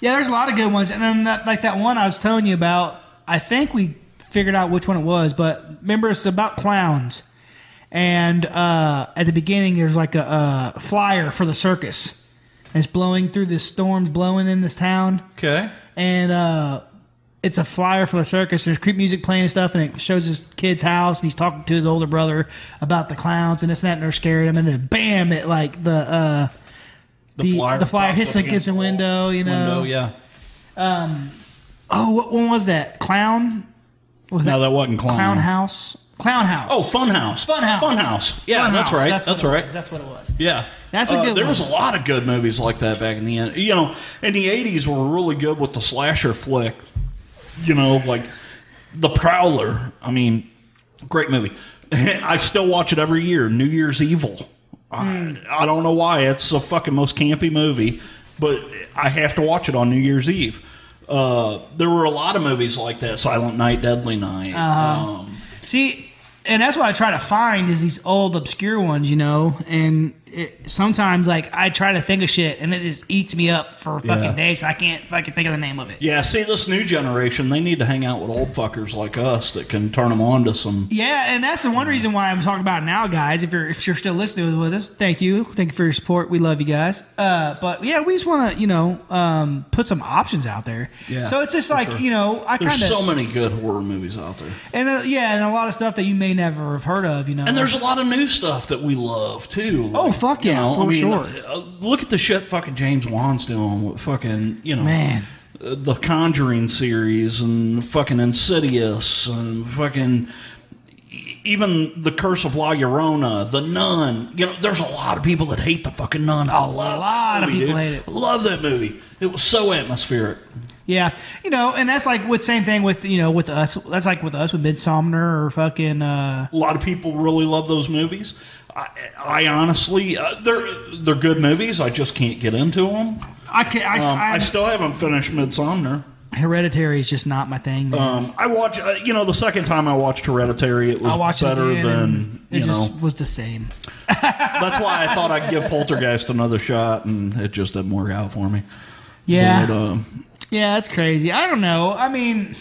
Yeah, there's a lot of good ones, and then that, like that one I was telling you about. I think we figured out which one it was, but remember it's about clowns. And uh, at the beginning, there's like a, a flyer for the circus. And it's blowing through this storm's blowing in this town, Okay. and uh, it's a flyer for the circus. There's creep music playing and stuff, and it shows his kid's house, and he's talking to his older brother about the clowns and this and that, and they're scared of him. And then bam! It like the uh, the, the flyer, pops hits up against the wall. window, you know. Window, yeah. Oh, what one was that? Clown? Was No, that wasn't clown. Clown House? Clown House. Oh, Funhouse. Funhouse. Funhouse. Yeah, Clown that's House. right. That's, That's, what it right. was. That's what it was. Yeah, That's a Uh, good There one. was a lot of good movies like that back in the end. You know, and the '80s were really good with the slasher flick. You know, like The Prowler. I mean, great movie. I still watch it every year. New Year's Evil. Hmm. I, I don't know why. It's the fucking most campy movie, but I have to watch it on New Year's Eve. Uh, there were a lot of movies like that: Silent Night, Deadly Night. Uh-huh. Um, See, and that's what I try to find is these old obscure ones, you know. And it, sometimes, like, I try to think of shit, and it just eats me up for fucking Yeah. days. I can't fucking think of the name of it. Yeah, see, this new generation, they need to hang out with old fuckers like us that can turn them on to some. Yeah, and that's the one reason why I'm talking about it now, guys. If you're if you're still listening with us, thank you, thank you for your support. We love you guys. Uh, but yeah, we just want to you know um, put some options out there. Yeah, so it's just like sure. you know I There's kind of so many good horror movies out there. and uh, yeah, and a lot of stuff that you may never have heard of. You know, And there's a lot of new stuff that we love, too. Oh, fuck yeah, for sure. uh, Look at the shit fucking James Wan's doing with fucking, you know. Man. uh, The Conjuring series and fucking Insidious and fucking e- even the Curse of La Llorona, the Nun. You know, there's a lot of people that hate the fucking Nun. A lot, lot of people hate it. Love that movie. It was so atmospheric. yeah, you know, and that's like with same thing with you know with us. That's like with us with Midsomner or fucking uh, A lot of people really love those movies. I, I honestly, uh, they're they're good movies. I just can't get into them. I can I, Um, I, I still haven't finished Midsomner. Hereditary is just not my thing. Man. Um, I watch, uh, you know, the second time I watched Hereditary, it was I watched better it again and than it you know. just was the same. That's why I thought I'd give Poltergeist another shot, and it just didn't work out for me. Yeah. But, um, Yeah, that's crazy. I don't know. I mean,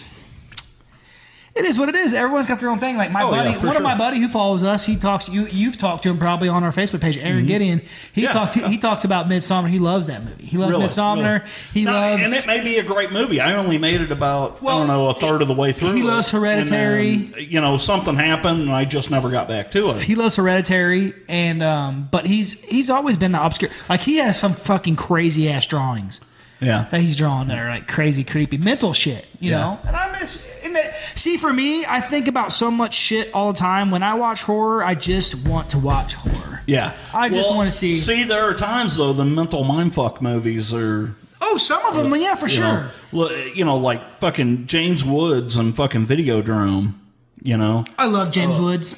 it is what it is. Everyone's got their own thing. Like my Oh, buddy, yeah, one for of my sure. buddy who follows us, he talks. You you've talked to him probably on our Facebook page, Aaron Gideon. He Mm-hmm. Yeah. talked. He talks about Midsummer. He loves that movie. He loves really, Midsomner. really. He No, loves. and it may be a great movie. I only made it about I Well, don't know a third of the way through. it. loves Hereditary. And then, you know, something happened, and I just never got back to it. he loves Hereditary, and um, but he's he's always been the obscure. Like he has some fucking crazy ass drawings. Yeah, that he's drawing that are like crazy, creepy mental shit, you Yeah. know. And I miss. And that, see, for me, I think about so much shit all the time. When I watch horror, I just want to watch horror. yeah. I just Well, wanna see- See, there are times though the mental mindfuck movies are. Oh, some of them, yeah, for you know, sure. li- you know, like fucking James Woods and fucking Videodrome. You know, I love James Woods.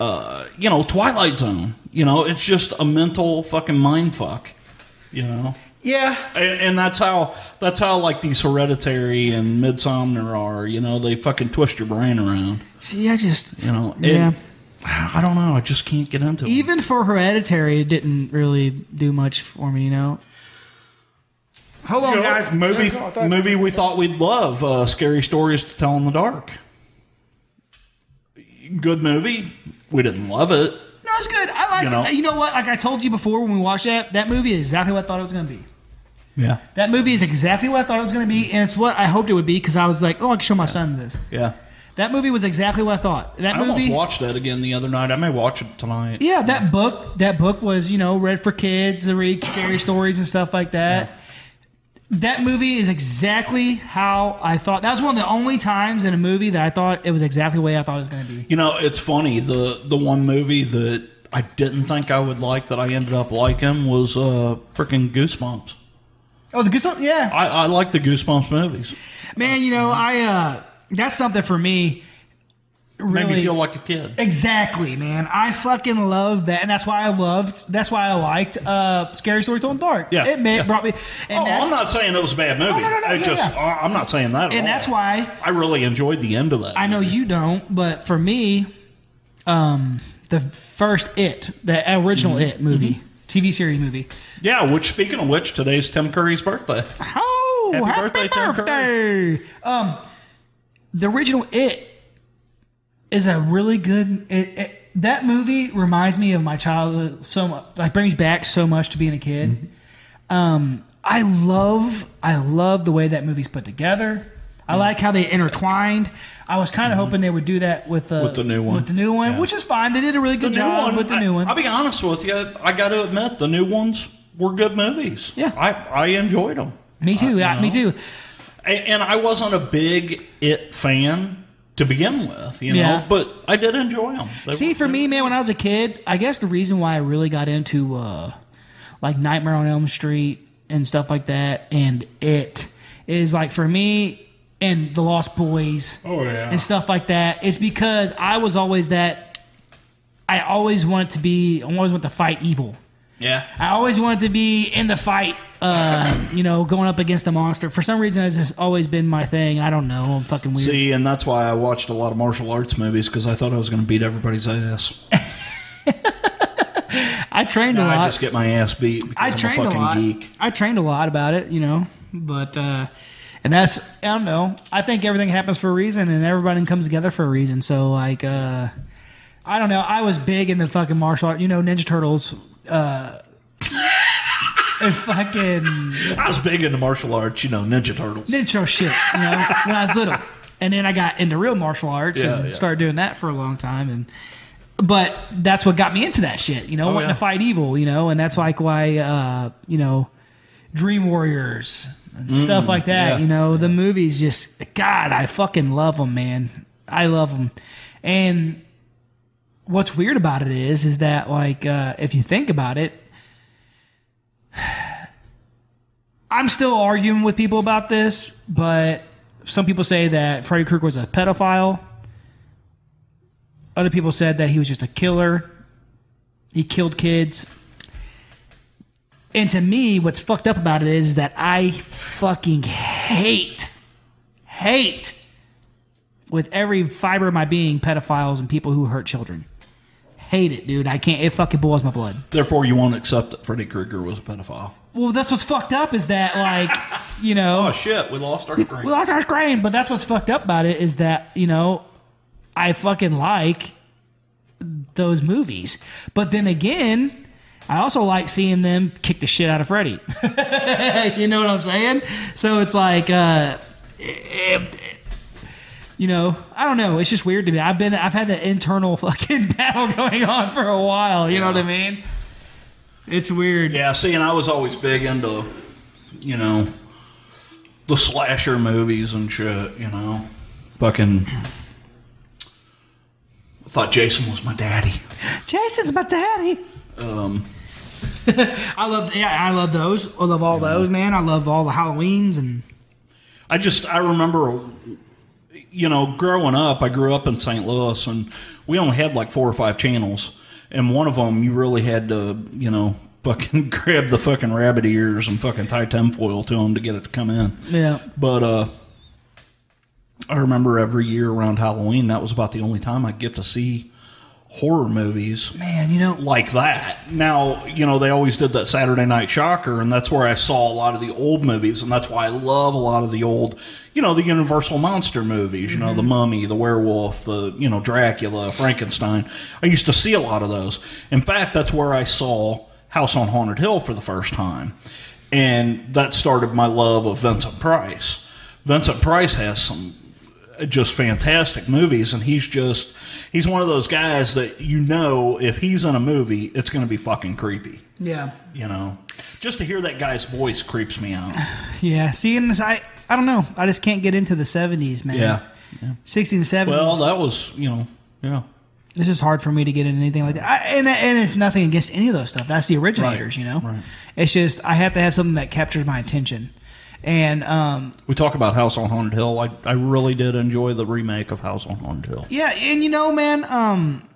you know, Twilight Zone. You know, it's just a mental fucking mind fuck. You know, Yeah, and, and that's how that's how like these Hereditary and Midsomner are. You know, they fucking twist your brain around. see, I just You know, it- yeah. I don't know. I just can't get into it. Even for Hereditary, it didn't really do much for me, you know. Hold on, You know, guys. movie Yeah, go on, talk. movie we thought we'd love uh, scary stories to tell in the dark good movie we didn't love it No, it's good. I like. You You know, know? what? Like I told you before when we watched that, that movie is exactly what I thought it was going to be. yeah That movie is exactly what I thought it was going to be, and it's what I hoped it would be because I was like, oh, I can show my son this. yeah That movie was exactly what I thought. That i movie. almost watched that again the other night i may watch it tonight Yeah, that book. That book was you know read for kids, the read scary stories and stuff like that. That movie is exactly how I thought. That was one of the only times in a movie that I thought it was exactly the way I thought it was going to be. you know it's funny the the one movie that i didn't think i would like that i ended up liking was uh freaking goosebumps Oh, the goosebumps! Yeah, i i like the goosebumps movies man. You Mm-hmm. know, I uh, that's something for me. made Really, me feel like a kid Exactly, man. I fucking love that, and that's why I loved. That's why I liked uh, Scary Stories Told in the Dark. Yeah, it made, yeah. brought me. And Oh, that's, Oh, I'm not saying it was a bad movie. no, no, It yeah, just, yeah. I- I'm not saying that. At and all. that's why I really enjoyed the end of that. I know you don't, but for me, um, the first It, the original Mm-hmm. It movie, TV series movie. Yeah, which speaking of which, today's Tim Curry's birthday. Oh, happy, Happy birthday! birthday, Tim Um, the original It is a really good. It, it, that movie reminds me of my childhood so much. Like brings back so much to being a kid. Mm-hmm. Um, I love, I love the way that movie's put together. Mm-hmm. I like how they intertwined. I was kind of hoping they would do that with, uh, With the new one. With the new one, Yeah. which is fine. They did a really good job with the I, new one. I'll be honest with you. I got to admit, the new ones were good movies. Yeah. I, I enjoyed them, me too. uh, yeah, me too. and, and I wasn't a big It fan to begin with, you know. Yeah. But I did enjoy them. See, for me, man, when I was a kid, I guess the reason why I really got into uh, like Nightmare on Elm Street and stuff like that, and it is like for me and the Lost Boys Oh yeah. and stuff like that, is because I was always that. I always wanted to be. I always wanted to fight evil. yeah, I always wanted to be in the fight. Uh, you know, going up against the monster. For some reason, that's just always been my thing. I don't know. I'm fucking weird. see, and that's why I watched a lot of martial arts movies because I thought I was going to beat everybody's ass. I trained a lot. I just get my ass beat. Because I am trained a a, fucking lot. geek. I trained a lot about it, you know. But uh, and that's I don't know. I think everything happens for a reason, and everybody comes together for a reason. So like, uh, I don't know. I was big in the fucking martial art, you know, Ninja Turtles. Uh, and fucking I was big into martial arts, you know, Ninja Turtles. intro shit, you know, when I was little. And then I got into real martial arts Yeah, and yeah. started doing that for a long time. And but that's what got me into that shit, you know, wanting Oh, yeah. to fight evil, you know, and that's like why, uh, you know, Dream Warriors and stuff like that, Mm-hmm. yeah. you know, the movies just God, I fucking love them, man. I love them, and what's weird about it is, is that like uh, if you think about it, I'm still arguing with people about this, but some people say that Freddy Krueger was a pedophile. Other people said that he was just a killer. He killed kids. And to me, what's fucked up about it is, that I fucking hate, hate with every fiber of my being pedophiles and people who hurt children. Hate it, dude. I can't. It fucking boils my blood. Therefore, you won't accept that Freddy Krueger was a pedophile. Well, that's what's fucked up is that, like, you know. Oh shit, we lost our screen. We lost our screen, but that's what's fucked up about it is that, you know, I fucking like those movies. But then again, I also like seeing them kick the shit out of Freddy. you know what I'm saying? So it's like, uh, it- you know, I don't know. It's just weird to me. I've been, I've had that internal fucking battle going on for a while. You know what I mean? It's weird. Yeah, see, and I was always big into, you know, the slasher movies and shit. You know, fucking. I thought Jason was my daddy. Jason's about to daddy. Um, I love yeah, I love those. I love all those, man. I love all the Halloweens and I just I remember, you know, growing up. I grew up in St. Louis, and we only had like four or five channels, and one of them you really had to, you know. Fucking grab the fucking rabbit ears and fucking tie tinfoil to them to get it to come in. yeah. But uh, I remember every year around Halloween, that was about the only time I'd get to see horror movies, man, you don't like that. Now, you know, they always did that Saturday Night Shocker, and that's where I saw a lot of the old movies, and that's why I love a lot of the old, you know, the Universal Monster movies, you know, The Mummy, The Werewolf, the, you know, Dracula, Frankenstein. I used to see a lot of those. In fact, that's where I saw House on Haunted Hill for the first time. And that started my love of Vincent Price. Vincent Price has some just fantastic movies and he's just he's one of those guys that you know if he's in a movie it's going to be fucking creepy Yeah. you know just to hear that guy's voice creeps me out Yeah. See, and I, I don't know. I just can't get into the 70s, man. yeah 60s and 70s. well that was you know yeah this is hard for me to get into anything like that. I, and, and it's nothing against any of those stuff. That's the originators, you know? right. It's just, I have to have something that captures my attention. And um, we talk about house on haunted hill i, I really did enjoy the remake of house on haunted hill Yeah, and you know, man, um,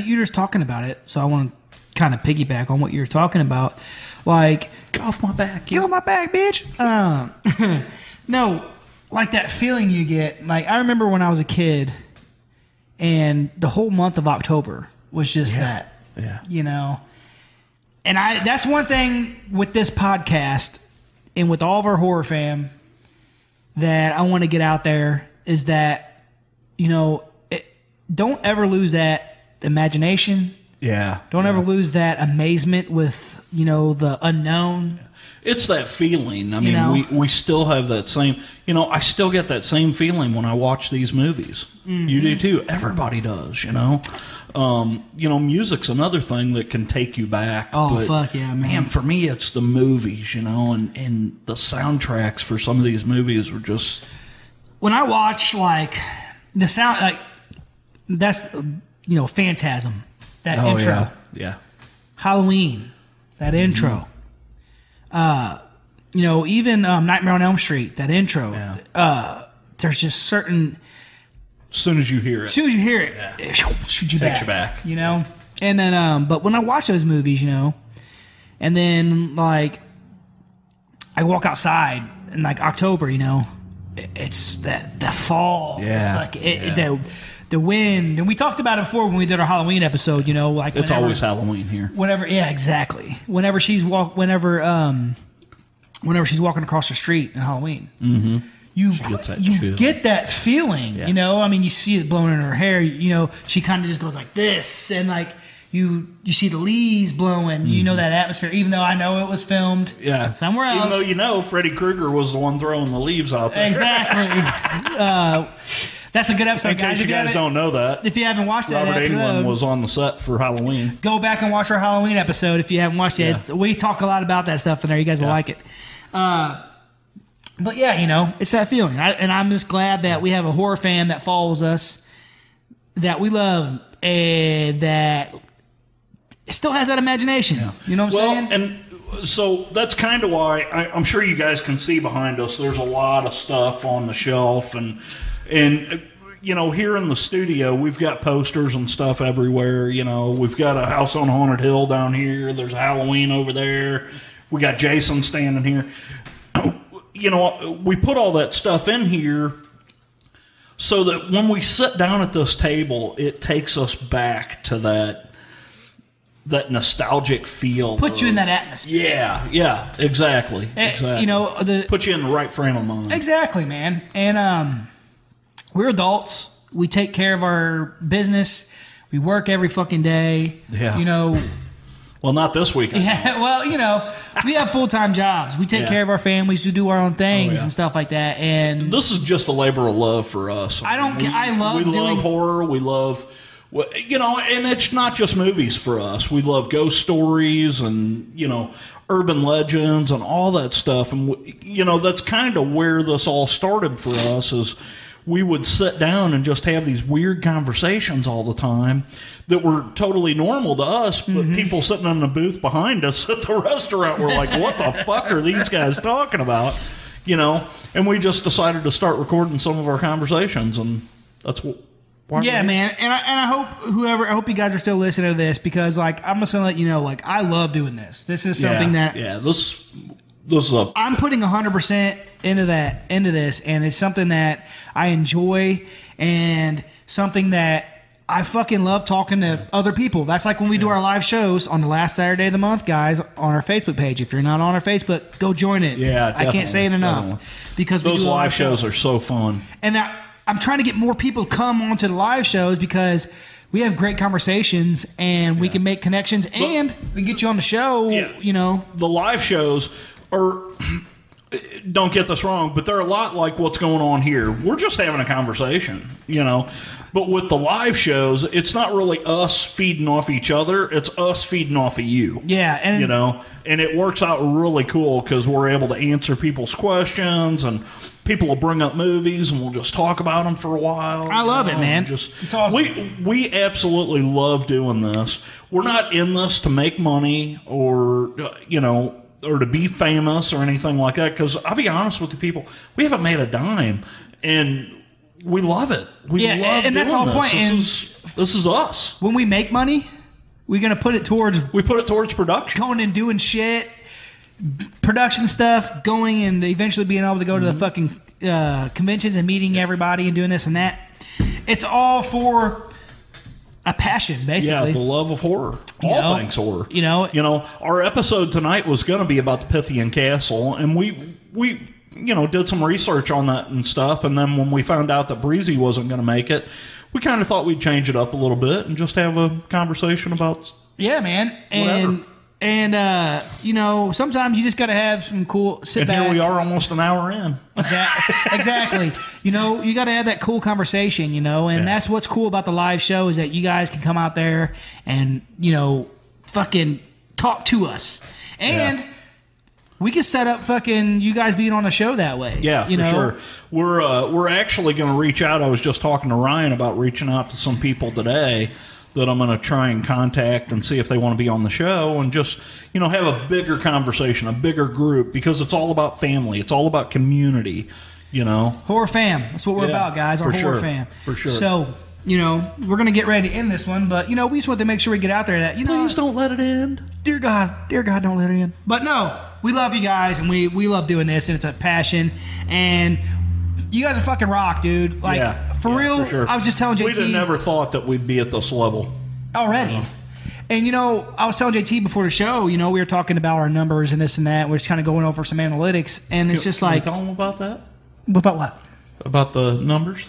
you're just talking about it, so I want to kind of piggyback on what you're talking about. Like, get off my back get on my back, bitch. Um, no, like that feeling you get. Like I remember when I was a kid, and the whole month of October was just that yeah you know. And I that's one thing with this podcast and with all of our horror fam that I want to get out there is that you know, it, don't ever lose that imagination. yeah Don't ever lose that amazement with, you know, the unknown. It's that feeling. I mean, know? we, we still have that same, you know, I still get that same feeling when I watch these movies. You Mm-hmm. do too. Everybody does, you know. Um, you know, music's another thing that can take you back. Oh, fuck yeah, man. For me, it's the movies, you know, and, and the soundtracks for some of these movies were just, when I watch like the sound like that's you know, Phantasm, that intro. Oh, yeah. Mm-hmm. Yeah. Halloween, that intro. Uh, you know, even um, Nightmare on Elm Street, that intro. Yeah. Uh, there's just certain. As soon as you hear it. As soon as you hear it, it shoot you Takes back. you back. You know, and then um, but when I watch those movies, you know, and then like I walk outside in like October, you know, it- it's that the fall. Yeah. Like it, Yeah. the the wind, and we talked about it before when we did our Halloween episode. You know, like it's whenever- always Halloween here. whenever yeah exactly whenever she's walk whenever um whenever she's walking across the street in halloween mm-hmm. you gets that you chill. get that feeling you know i mean you see it blowing in her hair you know she kind of just goes like this and like you you see the leaves blowing you know that atmosphere even though i know it was filmed Mm-hmm. Yeah. somewhere else Even though you know Freddy Krueger was the one throwing the leaves out there. exactly uh, that's a good episode In guys, case if you guys haven't- don't know that, if you haven't watched that Robert episode, Englund was on the set for Halloween. go back and watch our Halloween episode if you haven't watched it. Yeah. It's- We talk a lot about that stuff in there. You guys will like it. Uh, but yeah, you know, it's that feeling. I, and I'm just glad that we have a horror fan that follows us, that we love, and that still has that imagination. You know what I'm well, saying? and so that's kind of why I, I'm sure you guys can see behind us. There's a lot of stuff on the shelf, and and uh, you know here in the studio we've got posters and stuff everywhere. You know we've got a house on haunted hill down here. There's a Halloween over there. We got Jason standing here. You know we put all that stuff in here so that when we sit down at this table, it takes us back to that that nostalgic feel. Put you in of- that atmosphere. yeah, yeah, exactly. Eh, exactly. You know, Eh, the, put you in the right frame of mind. Exactly, man. And um, we're adults. We take care of our business. We work every fucking day. Yeah. You know. Well, not this weekend. Yeah. Well, you know, we have full time jobs. We take Yeah. Oh, care of our families. We do our own things yeah. and stuff like that. And This is just a labor of love for us. I don't ca- I love We doing- love horror. We love. well, You know, and it's not just movies for us. We love ghost stories and you know urban legends and all that stuff. And we- you know, that's kind of where this all started for us. Is we would sit down and just have these weird conversations all the time that were totally normal to us, but people sitting in the booth behind us at the restaurant were like, "What the fuck are these guys talking about?" You know, and we just decided to start recording some of our conversations, and that's what. why yeah, we- man. And I, and I hope whoever I hope you guys are still listening to this because like I'm just gonna let you know like I love doing this. This is something yeah, that yeah uh, this this is a I'm putting 100% into that into this and it's something that I enjoy and something that I fucking love talking to other people. That's like when we do our live shows on the last Saturday of the month, guys, on our Facebook page. If you're not on our Facebook, go join it. Yeah, I can't say it definitely, enough definitely. because we Those do a live show. shows are so fun. and I, I'm trying to get more people to come onto the live shows because we have great conversations and we can make connections and we can get you on the show. Yeah. You know, the live shows are don't get this wrong but they're a lot like what's going on here we're just having a conversation you know but with the live shows it's not really us feeding off each other it's us feeding off of you yeah, and you know and it works out really cool because we're able to answer people's questions and people will bring up movies and we'll just talk about them for a while I love you it, know, man. and just It's awesome. we we absolutely love doing this we're not in this to make money or uh, you know or to be famous or anything like that because i'll be honest with the people we haven't made a dime and we love it we Yeah, love and that's the doing whole this. point, and- this, is, this is us when we make money, we're gonna put it towards we put it towards production going and doing shit, production stuff, going and eventually being able to go to Mm-hmm. the fucking uh, conventions and meeting everybody and doing this and that. It's all for a passion, Yeah, basically. the love of horror. You All know? things horror. You know? You know, our episode tonight was going to be about the Pythian Castle, and we we you know did some research on that and stuff, and then when we found out that Breezy wasn't going to make it, we kind of thought we'd change it up a little bit and just have a conversation about. yeah, man. And Whatever. and uh, you know, sometimes you just gotta have some cool sit And back. here we are, almost an hour in. Exact- exactly. You know, you got to have that cool conversation, you know, and Yeah. that's what's cool about the live show is that you guys can come out there and, you know, fucking talk to us. And Yeah. we can set up fucking you guys being on a show that way. Yeah, you for know? sure. We're uh, we're actually going to reach out. I was just talking to Ryan about reaching out to some people today that I'm going to try and contact and see if they want to be on the show and just you know have a bigger conversation, a bigger group because it's all about family. It's all about community. You know, Horror fam. That's what we're Yeah, about, guys. Our for horror sure. fam. For sure. So, you know, we're going to get ready to end this one, but, you know, we just want to make sure we get out there that, you know, please don't let it end. dear God, dear God, don't let her in. But no, we love you guys, and we we love doing this, and it's a passion, and you guys are fucking rock, dude. Like yeah, for yeah, real, sure. I was just telling We'd have JT never thought that we'd be at this level. already. And you know, I was telling JT before the show. You know, we were talking about our numbers and this and that. We're just kind of going over some analytics, and it's just Can we like tell them about that, about what? about the numbers.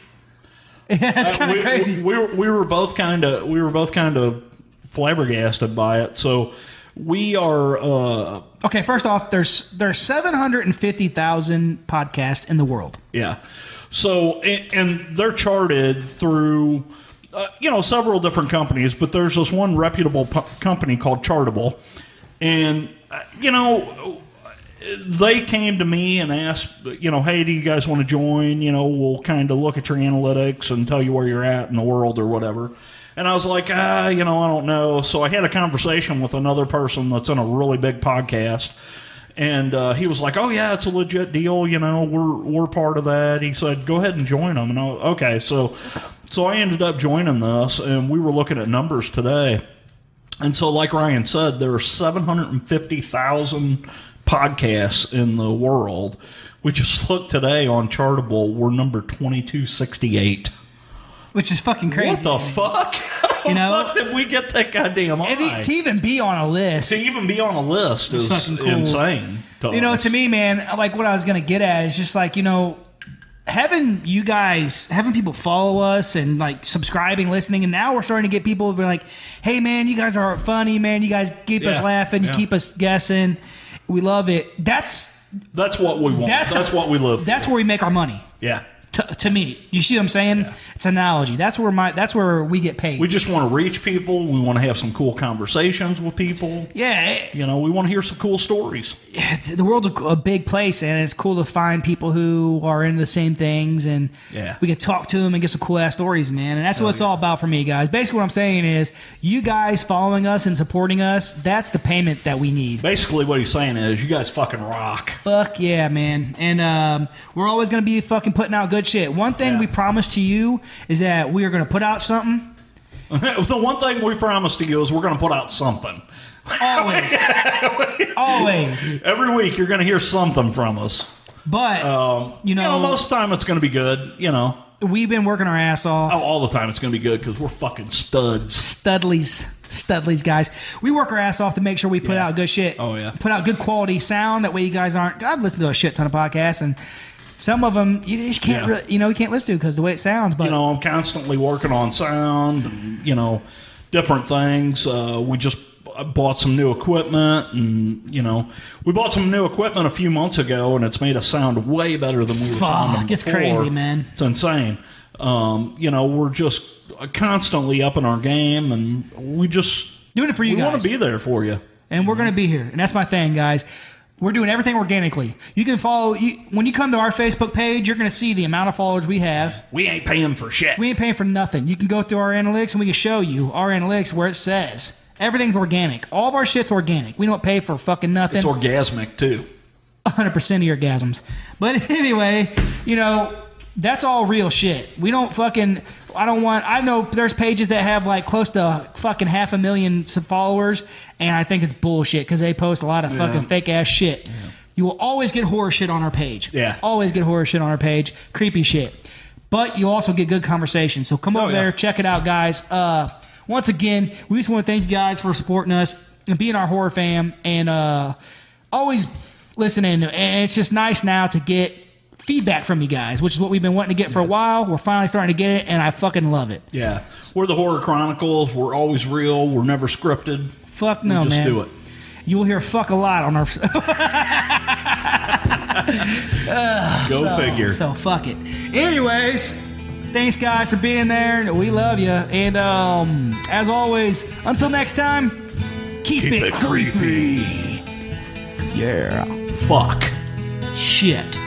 Yeah, it's Uh, kind we- of crazy. We, we, were, we were both kind of we were both kind of flabbergasted by it. So we are uh, okay, first off, there's there's seven hundred and fifty thousand podcasts in the world. yeah. So and, and they're charted through uh, you know several different companies, but there's this one reputable pu- company called Chartable, and uh, you know they came to me and asked, you know, hey, do you guys want to join? You know, we'll kind of look at your analytics and tell you where you're at in the world or whatever. And I was like, ah, you know, I don't know. So I had a conversation with another person that's in a really big podcast. And uh, he was like, "Oh yeah, it's a legit deal. You know, we're we're part of that." He said, "Go ahead and join them." And I was, okay, so so I ended up joining this, and we were looking at numbers today. And so, like Ryan said, there are 750,000 podcasts in the world. We just looked today on Chartable, we're number 2268. Which is fucking crazy. What the fuck? How You know- the fuck did we get that goddamn And high? it- to even be on a list, to even be on a list is fucking cool. insane. to You know, us. to me, man, like what I was gonna get at is just like you know, having you guys, having people follow us and like subscribing, listening, and now we're starting to get people to be like, "Hey, man, you guys are funny, man. You guys keep us Yeah. laughing, you Yeah. keep us guessing. We love it. That's that's what we want. that's That's, the- what we live for. that's where we make our money." yeah. To, to me, you see what I'm saying? It's an analogy. That's where my that's where we get paid. We just want to reach people. We want to have some cool conversations with people. yeah, it- You know, we want to hear some cool stories. the world's a, a big place, and it's cool to find people who are into the same things, and Yeah. we can talk to them and get some cool ass stories, man. And that's what it's all about for me, guys. Basically, what I'm saying is, you guys following us and supporting us—that's the payment that we need. Basically, what he's saying is, you guys fucking rock. Fuck yeah, man. And um, we're always going to be fucking putting out good shit. One thing Yeah. we promise to you is that we are going to put out something the one thing we promised to you is we're going to put out something. Oh, always. always. Every week, you're going to hear something from us. But, Um, You know- most of the time it's going to be good, you know. We've been working our ass off. Oh, all the time. It's going to be good because we're fucking studs. Studleys. Studleys, guys. We work our ass off to make sure we put Yeah. out good shit. Oh, yeah. Put out good quality sound. That way you guys aren't. I've listened to a shit ton of podcasts, and some of them you just can't, Yeah. really, you know, you can't listen to because the way it sounds. But You know, I'm constantly working on sound and, you know, different things. Uh, we just b- bought some new equipment and, you know, we bought some new equipment a few months ago and it's made us sound way better than we were sounding Fuck, it's before. crazy, man. It's insane. Um, you know, we're just constantly up in our game and we just doing it for you we want guys. to be there for you. and we're going to be here. And that's my thing, guys. We're doing everything organically. You can follow you, when you come to our Facebook page. You're going to see the amount of followers we have. We ain't paying for shit. We ain't paying for nothing. You can go through our analytics and we can show you our analytics where it says everything's organic. All of our shit's organic. We don't pay for fucking nothing. it's orgasmic too. 100% of your orgasms. But anyway, you know, that's all real shit. We don't fucking. I don't want. I know there's pages that have like close to fucking half a million s- followers, and I think it's bullshit because they post a lot of fucking fake ass shit. You will always get horror shit on our page. Yeah. Always get horror shit on our page. Creepy shit. But you also get good conversation. So come over Oh, yeah. there, check it out, guys. Uh, once again, we just want to thank you guys for supporting us and being our horror fam and uh, always listening. And it's just nice now to get feedback from you guys, which is what we've been wanting to get for a while. We're finally starting to get it, and I fucking love it. Yeah. We're the Horror Chronicles. We're always real. We're never scripted. Fuck no, Just Oh, man. do it. You will hear fuck a lot on our. Go figure. So fuck it. Anyways, thanks guys for being there. We love you. And um, as always, until next time, keep, it, creepy. Yeah. Fuck. Shit.